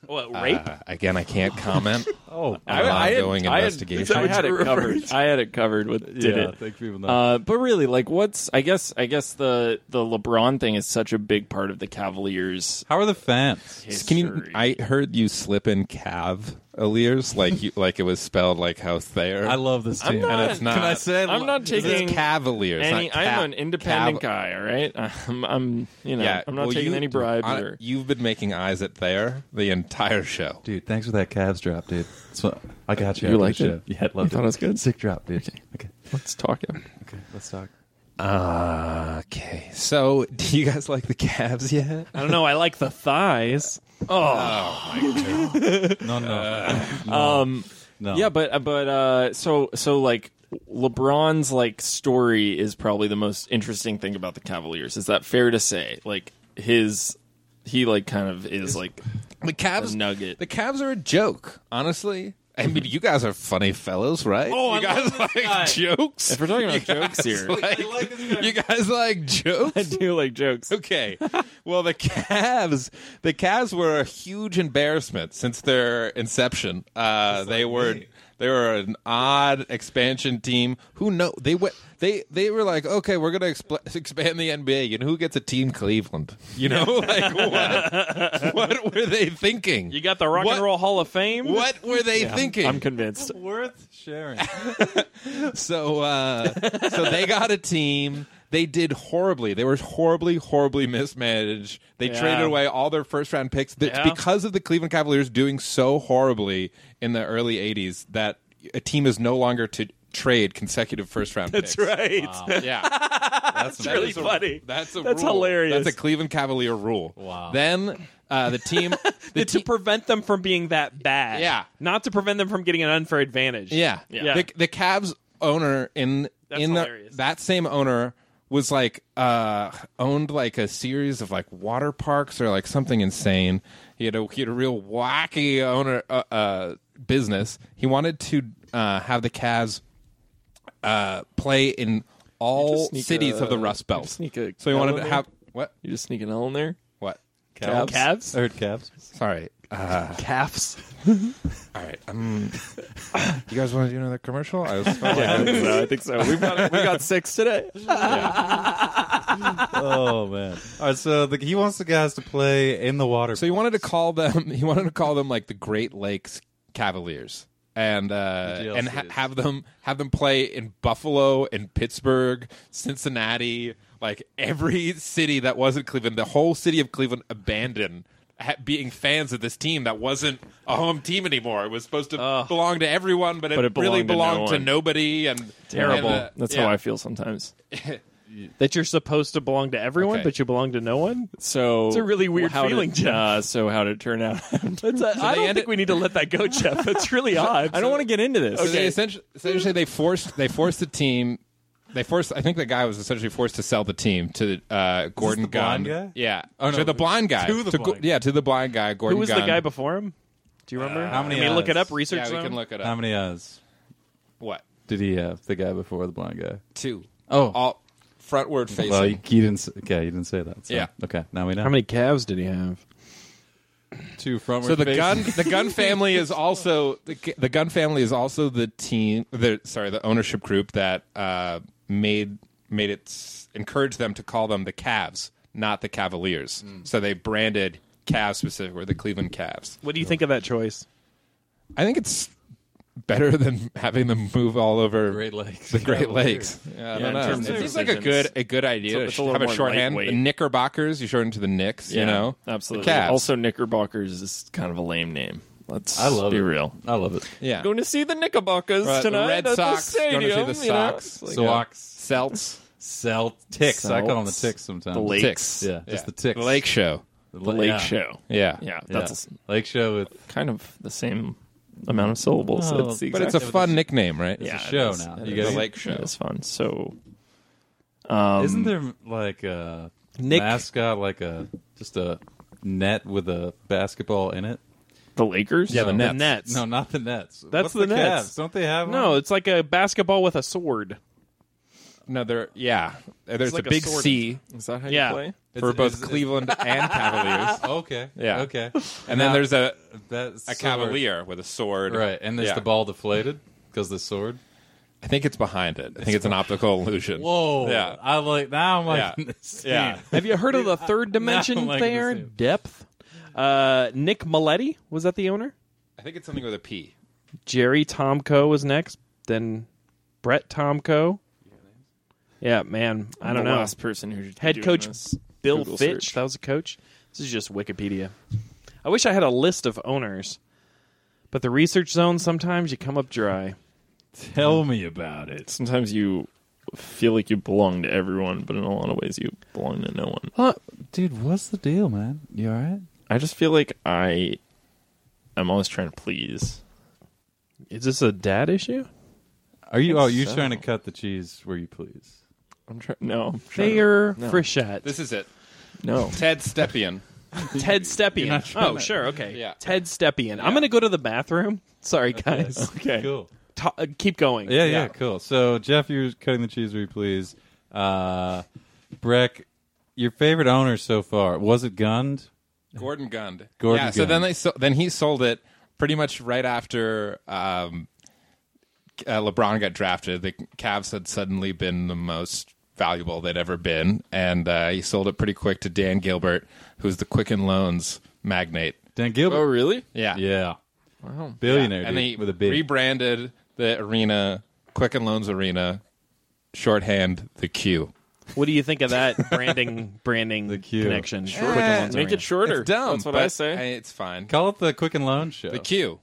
Speaker 2: What rape?
Speaker 4: Uh, again, I can't comment. oh,
Speaker 5: I-
Speaker 4: on
Speaker 5: I had-
Speaker 4: ongoing
Speaker 5: I had-
Speaker 4: investigation.
Speaker 5: I had
Speaker 1: you
Speaker 5: it
Speaker 1: were referring
Speaker 5: covered. I had it covered with did
Speaker 3: yeah,
Speaker 5: it.
Speaker 3: thank people know.
Speaker 5: Uh, but really, like, what's I guess I guess the the LeBron thing is such a big part of the Cavaliers.
Speaker 3: How are the fans?
Speaker 4: Can you?
Speaker 5: history.
Speaker 4: I heard you slip in cavaliers, like you, like it was spelled like house there.
Speaker 3: I love this team.
Speaker 4: and it's not.
Speaker 3: Can I say?
Speaker 5: I'm not
Speaker 4: This is
Speaker 5: taking
Speaker 4: cavaliers.
Speaker 5: any.
Speaker 4: not ca-
Speaker 5: I'm an independent
Speaker 4: cav-
Speaker 5: guy. All right. I'm. I'm you know.
Speaker 4: Yeah,
Speaker 5: I'm not
Speaker 4: well,
Speaker 5: taking
Speaker 4: you-
Speaker 5: any bribes.
Speaker 4: I-
Speaker 5: or,
Speaker 4: You've been making eyes at there the entire show.
Speaker 3: Dude, thanks for that Cavs drop, dude. So, I got you.
Speaker 5: You
Speaker 3: after the
Speaker 5: liked
Speaker 3: show.
Speaker 5: it?
Speaker 3: Yeah, I loved
Speaker 5: You thought it was good?
Speaker 3: Sick drop, dude. Okay,
Speaker 5: let's talk. Him.
Speaker 3: okay, let's talk.
Speaker 4: Okay, so do you guys like the Cavs yet?
Speaker 2: I don't know. I like the thighs.
Speaker 3: No, no,
Speaker 5: Um.
Speaker 3: no.
Speaker 5: Yeah, but but uh, so so like LeBron's like story is probably the most interesting thing about the Cavaliers. Is that fair to say? Like his he like kind of is like
Speaker 4: The Cavs
Speaker 5: A nugget.
Speaker 4: The Cavs are a joke, honestly. I mean, you guys are funny fellows, right? Oh, you guys like jokes.
Speaker 5: if we're talking about jokes here.
Speaker 4: Like, you guys like
Speaker 5: I
Speaker 4: jokes.
Speaker 5: do like jokes.
Speaker 4: Okay. Well, the Cavs, the Cavs were a huge embarrassment since their inception. Uh, they were they were an odd expansion team. Who know they went they they were like, okay, we're gonna expl- expand the NBA, and who gets a team Cleveland? You know, like what? what were they thinking?
Speaker 2: You got the Rock
Speaker 4: What-
Speaker 2: and Roll Hall of Fame.
Speaker 4: What were they thinking?
Speaker 5: I'm convinced.
Speaker 3: worth sharing.
Speaker 4: So uh, so they got a team. They did horribly. They were horribly, horribly mismanaged. They
Speaker 2: Yeah.
Speaker 4: traded away all their first round picks. It's
Speaker 2: Yeah.
Speaker 4: because of the Cleveland Cavaliers doing so horribly in the early '80s that a team is no longer to trade consecutive first round
Speaker 2: That's
Speaker 4: picks.
Speaker 2: right.
Speaker 4: Yeah, that's,
Speaker 2: really
Speaker 4: is a-
Speaker 2: funny.
Speaker 4: That's a
Speaker 2: That's
Speaker 4: rule.
Speaker 2: hilarious.
Speaker 4: That's a Cleveland Cavalier rule. Wow. Then uh, the team,
Speaker 2: to
Speaker 4: the team,
Speaker 2: prevent them from being that bad.
Speaker 4: Yeah.
Speaker 2: Not to prevent them from getting an unfair advantage.
Speaker 4: Yeah.
Speaker 2: Yeah.
Speaker 4: The, the Cavs owner in
Speaker 2: That's
Speaker 4: in the,
Speaker 2: hilarious.
Speaker 4: that same owner was like uh owned like a series of like water parks or like something insane. He had a he had a real wacky owner uh, uh business. He wanted to uh have the Cavs uh play in all
Speaker 5: sneak
Speaker 4: cities
Speaker 5: a-
Speaker 4: of the Rust Belt.
Speaker 5: sneak a
Speaker 4: so he wanted
Speaker 5: L
Speaker 4: to
Speaker 5: in
Speaker 4: have what
Speaker 5: You just sneak an L in there.
Speaker 4: what
Speaker 5: Cavs.
Speaker 2: Oh, Cavs?
Speaker 3: I heard Cavs.
Speaker 4: Sorry. Uh,
Speaker 2: Calves.
Speaker 4: all right. Um, you guys want to do another commercial? I was
Speaker 5: I think so. I think so. We've got we got six today.
Speaker 3: Oh man! All right, so the, he wants the guys to play in the water.
Speaker 4: So he wanted to call them. He wanted to call them like the Great Lakes Cavaliers, and uh,
Speaker 3: The
Speaker 4: and ha-
Speaker 3: GLCs.
Speaker 4: have them have them play in Buffalo and Pittsburgh, Cincinnati, like every city that wasn't Cleveland. The whole city of Cleveland abandoned ha- being fans of this team that wasn't a home team anymore. It was supposed to belong to everyone, but it,
Speaker 5: But it
Speaker 4: really belonged
Speaker 5: belonged
Speaker 4: to,
Speaker 5: to no one.
Speaker 4: nobody. And
Speaker 5: Terrible.
Speaker 4: and, uh,
Speaker 5: That's
Speaker 4: yeah.
Speaker 5: how I feel sometimes.
Speaker 2: That you're supposed to belong to everyone,
Speaker 4: Okay.
Speaker 2: but you belong to no one?
Speaker 5: So
Speaker 2: It's a really weird
Speaker 5: how did-
Speaker 2: feeling, Jeff.
Speaker 5: Uh, so how did it turn out?
Speaker 2: That's a, I
Speaker 4: they
Speaker 2: don't
Speaker 4: ended-
Speaker 2: think we need to let that go, Jeff. That's really odd.
Speaker 5: I don't want to get into this.
Speaker 4: So they essentially, essentially they forced they forced the team. They forced. I think the guy was essentially forced to sell the team to uh, Gordon
Speaker 3: the blind
Speaker 4: Gunn.
Speaker 3: guy?
Speaker 4: Yeah,
Speaker 3: Oh, no.
Speaker 4: to the blind guy.
Speaker 3: To the blind guy.
Speaker 4: yeah, to the blind guy. Gordon
Speaker 2: Who was the
Speaker 4: Gunn.
Speaker 2: guy before him? Do
Speaker 4: Uh,
Speaker 2: you remember?
Speaker 3: How many
Speaker 2: I mean, look
Speaker 3: eyes?
Speaker 2: it up. Research
Speaker 4: Yeah, we
Speaker 2: them.
Speaker 4: can look it up.
Speaker 3: How many eyes
Speaker 4: What
Speaker 3: did he have? The guy before the blind guy.
Speaker 4: two?
Speaker 3: Oh.
Speaker 4: all frontward facing.
Speaker 3: Well, you, you didn't. s- Okay, you didn't say that. so-
Speaker 4: Yeah.
Speaker 3: Okay. Now we know.
Speaker 2: How many calves did he have?
Speaker 3: Two front.
Speaker 4: so the gun, the gun family is also the, G- the gun family is also the team. The sorry, the ownership group that uh, made made it s- encourage them to call them the Cavs, not the Cavaliers.
Speaker 5: Mm.
Speaker 4: So they branded Cavs specifically, the Cleveland Cavs.
Speaker 2: What do you think of that choice?
Speaker 4: I think it's better than having them move all over
Speaker 3: Great Lakes.
Speaker 4: The Great Lakes. Yeah, I
Speaker 5: in
Speaker 4: don't know.
Speaker 5: terms
Speaker 4: It
Speaker 5: of
Speaker 4: seems like a
Speaker 5: decisions.
Speaker 4: good a good idea
Speaker 5: It's a- it's a
Speaker 4: to
Speaker 5: little
Speaker 4: have a
Speaker 5: more
Speaker 4: shorthand. The
Speaker 5: lightweight.
Speaker 4: Knickerbockers, you shorten to the Knicks. You know,
Speaker 5: absolutely.
Speaker 4: The Cavs.
Speaker 5: Also, Knickerbockers is kind of a lame name. Let's
Speaker 3: I love
Speaker 5: be
Speaker 3: it.
Speaker 5: real.
Speaker 3: I love it.
Speaker 4: yeah.
Speaker 5: Going to see the Knickerbockers
Speaker 4: Uh,
Speaker 5: tonight
Speaker 4: Red
Speaker 5: at
Speaker 4: Sox.
Speaker 5: the stadium.
Speaker 4: Going to see the
Speaker 5: you know?
Speaker 4: Sox.
Speaker 5: It's like,
Speaker 3: Sox,
Speaker 4: Celts.
Speaker 3: Celtics. I call them the
Speaker 5: Celts.
Speaker 3: ticks sometimes.
Speaker 5: The Lakes.
Speaker 4: Ticks.
Speaker 3: Yeah, just the ticks.
Speaker 4: The Lake Show.
Speaker 3: The
Speaker 5: the Lake Show.
Speaker 4: Yeah.
Speaker 3: Yeah.
Speaker 5: Yeah, that's
Speaker 3: Lake Show with
Speaker 5: kind of the same amount of syllables.
Speaker 3: Oh,
Speaker 5: it's the
Speaker 4: But
Speaker 5: exact,
Speaker 4: it's a fun nickname, right?
Speaker 5: yeah,
Speaker 3: a show
Speaker 5: it is.
Speaker 3: now.
Speaker 5: It
Speaker 3: You
Speaker 5: is.
Speaker 3: gotta-
Speaker 4: The Lake Show.
Speaker 5: It's fun. So, um,
Speaker 3: Isn't there like a
Speaker 2: Nick-
Speaker 3: mascot, like a just a net with a basketball in it?
Speaker 5: the Lakers?
Speaker 4: Yeah, the Nets.
Speaker 2: The Nets.
Speaker 3: No, not the Nets.
Speaker 2: That's
Speaker 3: What's
Speaker 2: the
Speaker 3: the,
Speaker 2: Nets.
Speaker 3: Cavs? Don't they have
Speaker 2: No,
Speaker 3: One?
Speaker 2: it's like a basketball with a sword.
Speaker 4: No, there. Yeah, there's
Speaker 2: like
Speaker 4: a
Speaker 2: a
Speaker 4: big
Speaker 2: sword.
Speaker 4: C.
Speaker 5: Is that how
Speaker 2: Yeah.
Speaker 5: you play?
Speaker 4: for
Speaker 3: Is-
Speaker 4: both
Speaker 3: is- is-
Speaker 4: Cleveland and Cavaliers.
Speaker 3: Okay.
Speaker 4: Yeah.
Speaker 3: Okay.
Speaker 4: And then there's a
Speaker 3: that's
Speaker 4: a Cavalier with a sword.
Speaker 3: Right. And there's
Speaker 4: Yeah.
Speaker 3: the ball deflated because the sword.
Speaker 4: I think it's behind it. I think it's an optical illusion.
Speaker 3: Whoa.
Speaker 4: Yeah.
Speaker 3: I like now I'm like
Speaker 4: Yeah.
Speaker 3: yeah.
Speaker 4: Yeah.
Speaker 2: Have you heard of the third dimension
Speaker 3: like
Speaker 2: there?
Speaker 3: this.
Speaker 2: Depth. Uh, Nick Maletti was that the owner.
Speaker 4: I think it's something with a P.
Speaker 2: Jerry Tomko was next. Then Brett Tomko. Yeah, man. I don't
Speaker 5: the
Speaker 2: know.
Speaker 5: Last person who should be
Speaker 2: Head
Speaker 5: doing
Speaker 2: coach
Speaker 5: this.
Speaker 2: Bill
Speaker 5: Google
Speaker 2: Fitch.
Speaker 5: search.
Speaker 2: That was a coach. This is just Wikipedia. I wish I had a list of owners, but the research zone sometimes you come up dry.
Speaker 3: Tell me about it.
Speaker 5: Sometimes you feel like you belong to everyone, but in a lot of ways you belong to no one.
Speaker 3: Dude, what's the deal, man? You all right?
Speaker 5: I just feel like I am always trying to please.
Speaker 2: Is this a dad issue?
Speaker 3: Are you oh you
Speaker 5: so.
Speaker 3: trying to cut the cheese where you please?
Speaker 5: I'm trying. No, I'm trying to-
Speaker 2: Thayer
Speaker 5: No.
Speaker 2: Frischette.
Speaker 4: This is it.
Speaker 5: no.
Speaker 4: Ted Stepien.
Speaker 2: Ted Stepien.
Speaker 3: trying
Speaker 2: Oh, sure, okay.
Speaker 4: Yeah.
Speaker 2: Ted Stepien. I'm going to go to the bathroom. Sorry, guys.
Speaker 5: Okay.
Speaker 3: Cool.
Speaker 2: Ta- uh, keep going.
Speaker 3: Yeah, yeah, cool. So Jeff, you're cutting the cheese where you please. Uh Breck, your favorite owner so far, was it Gund?
Speaker 4: Gordon Gund.
Speaker 3: Gordon
Speaker 4: yeah. So then
Speaker 3: Gund.
Speaker 4: they so, then he sold it pretty much right after um, uh, LeBron got drafted. The Cavs had suddenly been the most valuable they'd ever been, and uh, he sold it pretty quick to Dan Gilbert, who's the Quicken Loans magnate.
Speaker 3: Dan Gilbert.
Speaker 5: Oh, really?
Speaker 4: Yeah,
Speaker 3: Yeah. Wow.
Speaker 4: Yeah,
Speaker 3: Billionaire
Speaker 4: and
Speaker 3: dude,
Speaker 4: they
Speaker 3: with a big
Speaker 4: rebranded the arena Quicken Loans Arena, shorthand the Q.
Speaker 2: What do you think of that branding branding
Speaker 3: The cue.
Speaker 2: connection? Sure.
Speaker 5: Make it shorter.
Speaker 4: It's dumb.
Speaker 5: That's what
Speaker 4: but
Speaker 5: I say.
Speaker 4: it's fine.
Speaker 3: Call it the Quick and Loan Show.
Speaker 4: The Q.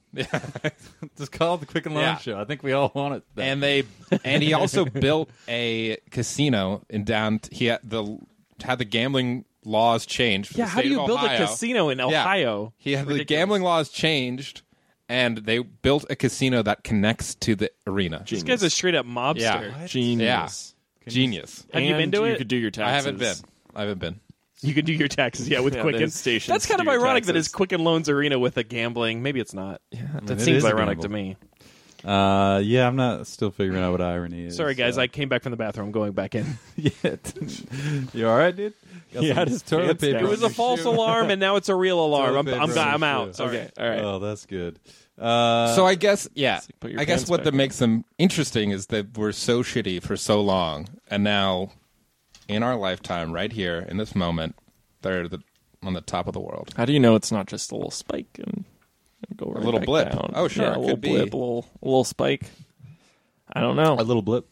Speaker 3: Just call it the Quick and Loan
Speaker 4: Yeah.
Speaker 3: Show. I think we all want it. That.
Speaker 4: and they and he also built a casino in down. He had the had the gambling laws changed. for the
Speaker 2: Yeah, how do
Speaker 4: state
Speaker 2: you
Speaker 4: of
Speaker 2: build a
Speaker 4: Ohio.
Speaker 2: casino in
Speaker 4: Yeah.
Speaker 2: Ohio?
Speaker 4: He had the gambling laws changed, and they built a casino that connects to the arena.
Speaker 2: This guy's a straight up mobster.
Speaker 4: Yeah.
Speaker 5: Genius.
Speaker 4: Genius.
Speaker 2: Have you been
Speaker 5: And
Speaker 2: to
Speaker 5: you
Speaker 2: it?
Speaker 5: could do your
Speaker 4: I
Speaker 5: taxes.
Speaker 4: haven't been. I haven't been.
Speaker 2: You could do your taxes, yeah, with
Speaker 5: Yeah,
Speaker 2: Quicken.
Speaker 5: there's stations
Speaker 2: That's kind
Speaker 5: to
Speaker 2: of
Speaker 5: do your
Speaker 2: ironic that
Speaker 5: taxes.
Speaker 2: it's Quicken Loans Arena with a gambling. Maybe it's not. Yeah, that
Speaker 3: it
Speaker 2: seems
Speaker 3: is a
Speaker 2: ironic
Speaker 3: gamble.
Speaker 2: to me.
Speaker 3: Uh, yeah, I'm not still figuring out what irony is.
Speaker 2: Sorry, guys,
Speaker 3: uh,
Speaker 2: I came back from the bathroom. I'm going back in.
Speaker 3: yeah. you all right, dude? Got
Speaker 5: He
Speaker 3: some
Speaker 5: had his
Speaker 3: toilet
Speaker 5: pants
Speaker 3: paper
Speaker 5: down.
Speaker 2: It
Speaker 3: on
Speaker 2: was
Speaker 3: your
Speaker 2: a false
Speaker 3: shoe.
Speaker 2: alarm, and now it's a real alarm.
Speaker 3: Toilet
Speaker 2: I'm,
Speaker 3: paper
Speaker 2: I'm,
Speaker 3: on
Speaker 2: go- I'm
Speaker 3: your
Speaker 2: out.
Speaker 3: shoe.
Speaker 2: Sorry.
Speaker 5: Okay. All right.
Speaker 3: Oh, that's good. Uh,
Speaker 4: So I guess yeah.
Speaker 5: put your
Speaker 4: I guess
Speaker 5: pants
Speaker 4: what
Speaker 5: back
Speaker 4: that
Speaker 5: on.
Speaker 4: makes them interesting is that we're so shitty for so long, and now in our lifetime, right here in this moment, they're the, on the top of the world.
Speaker 5: How do you know it's not just a little spike and, and go right
Speaker 4: little
Speaker 5: back
Speaker 4: blip.
Speaker 5: down?
Speaker 4: Oh, sure,
Speaker 5: Yeah,
Speaker 4: it
Speaker 5: a little
Speaker 4: could be.
Speaker 5: blip, a little, a little spike. I don't know.
Speaker 3: a little blip,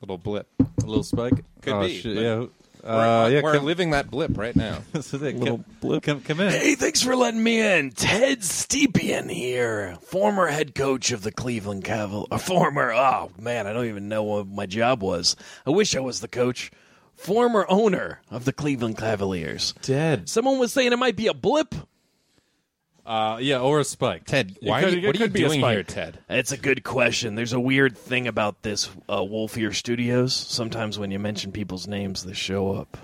Speaker 4: Little blip.
Speaker 3: a little spike.
Speaker 4: Could
Speaker 3: Oh,
Speaker 4: be,
Speaker 3: shit,
Speaker 4: but-
Speaker 3: yeah.
Speaker 4: we're
Speaker 3: Uh, yeah,
Speaker 4: we're
Speaker 3: come,
Speaker 4: living that blip right now.
Speaker 3: so they-
Speaker 5: little
Speaker 3: come,
Speaker 5: blip.
Speaker 3: Come, come in.
Speaker 1: Hey, thanks for letting me in. Ted Stepien here, former head coach of the Cleveland Cavaliers. Or former, oh man, I don't even know what my job was. I wish I was the coach. Former owner of the Cleveland Cavaliers.
Speaker 3: Dead.
Speaker 1: Someone was saying it might be a blip.
Speaker 3: Uh, yeah, or a spike.
Speaker 4: Ted, why are
Speaker 5: could-
Speaker 4: you,
Speaker 5: it
Speaker 4: what are you
Speaker 5: could be a
Speaker 4: doing
Speaker 5: spike.
Speaker 4: here, Ted?
Speaker 1: That's a good question. There's a weird thing about this uh, Wolf Ear Studios. Sometimes when you mention people's names, they show up.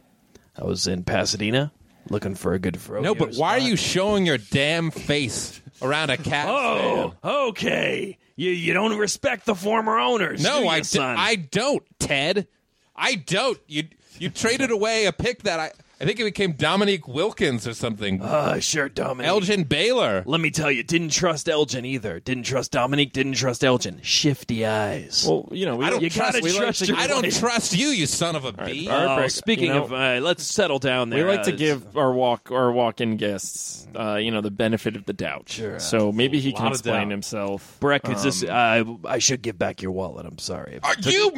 Speaker 1: I was in Pasadena looking for a good fro.
Speaker 4: No, but why are you showing your damn face around a cat?
Speaker 1: Oh, okay. You you don't respect the former owners. do
Speaker 4: no,
Speaker 1: you,
Speaker 4: I, d-
Speaker 1: son?
Speaker 4: I don't, Ted. I don't. You you traded away a pick that I I think it became Dominique Wilkins or something.
Speaker 1: uh, sure, Dominic.
Speaker 4: Elgin Baylor.
Speaker 1: Let me tell you, didn't trust Elgin either. Didn't trust Dominic. Didn't trust Elgin. Shifty eyes.
Speaker 5: well, you know, we
Speaker 4: I don't
Speaker 1: you
Speaker 4: trust.
Speaker 1: gotta
Speaker 4: we like
Speaker 1: trust
Speaker 4: to-
Speaker 1: your
Speaker 4: I don't
Speaker 1: wife.
Speaker 4: trust you, you son of a bee.
Speaker 5: all right,
Speaker 1: Oh,
Speaker 5: Brick,
Speaker 1: speaking
Speaker 5: you know,
Speaker 1: of, uh, let's settle down
Speaker 5: we
Speaker 1: there.
Speaker 5: like to
Speaker 1: Uh,
Speaker 5: give our walk our walk-in guests, uh, you know, the benefit of the doubt. Sure. So maybe he can
Speaker 3: lot of doubt.
Speaker 5: explain himself.
Speaker 1: Breck, is this? Uh,
Speaker 5: um,
Speaker 1: I should give back your wallet. I'm sorry.
Speaker 4: Are you?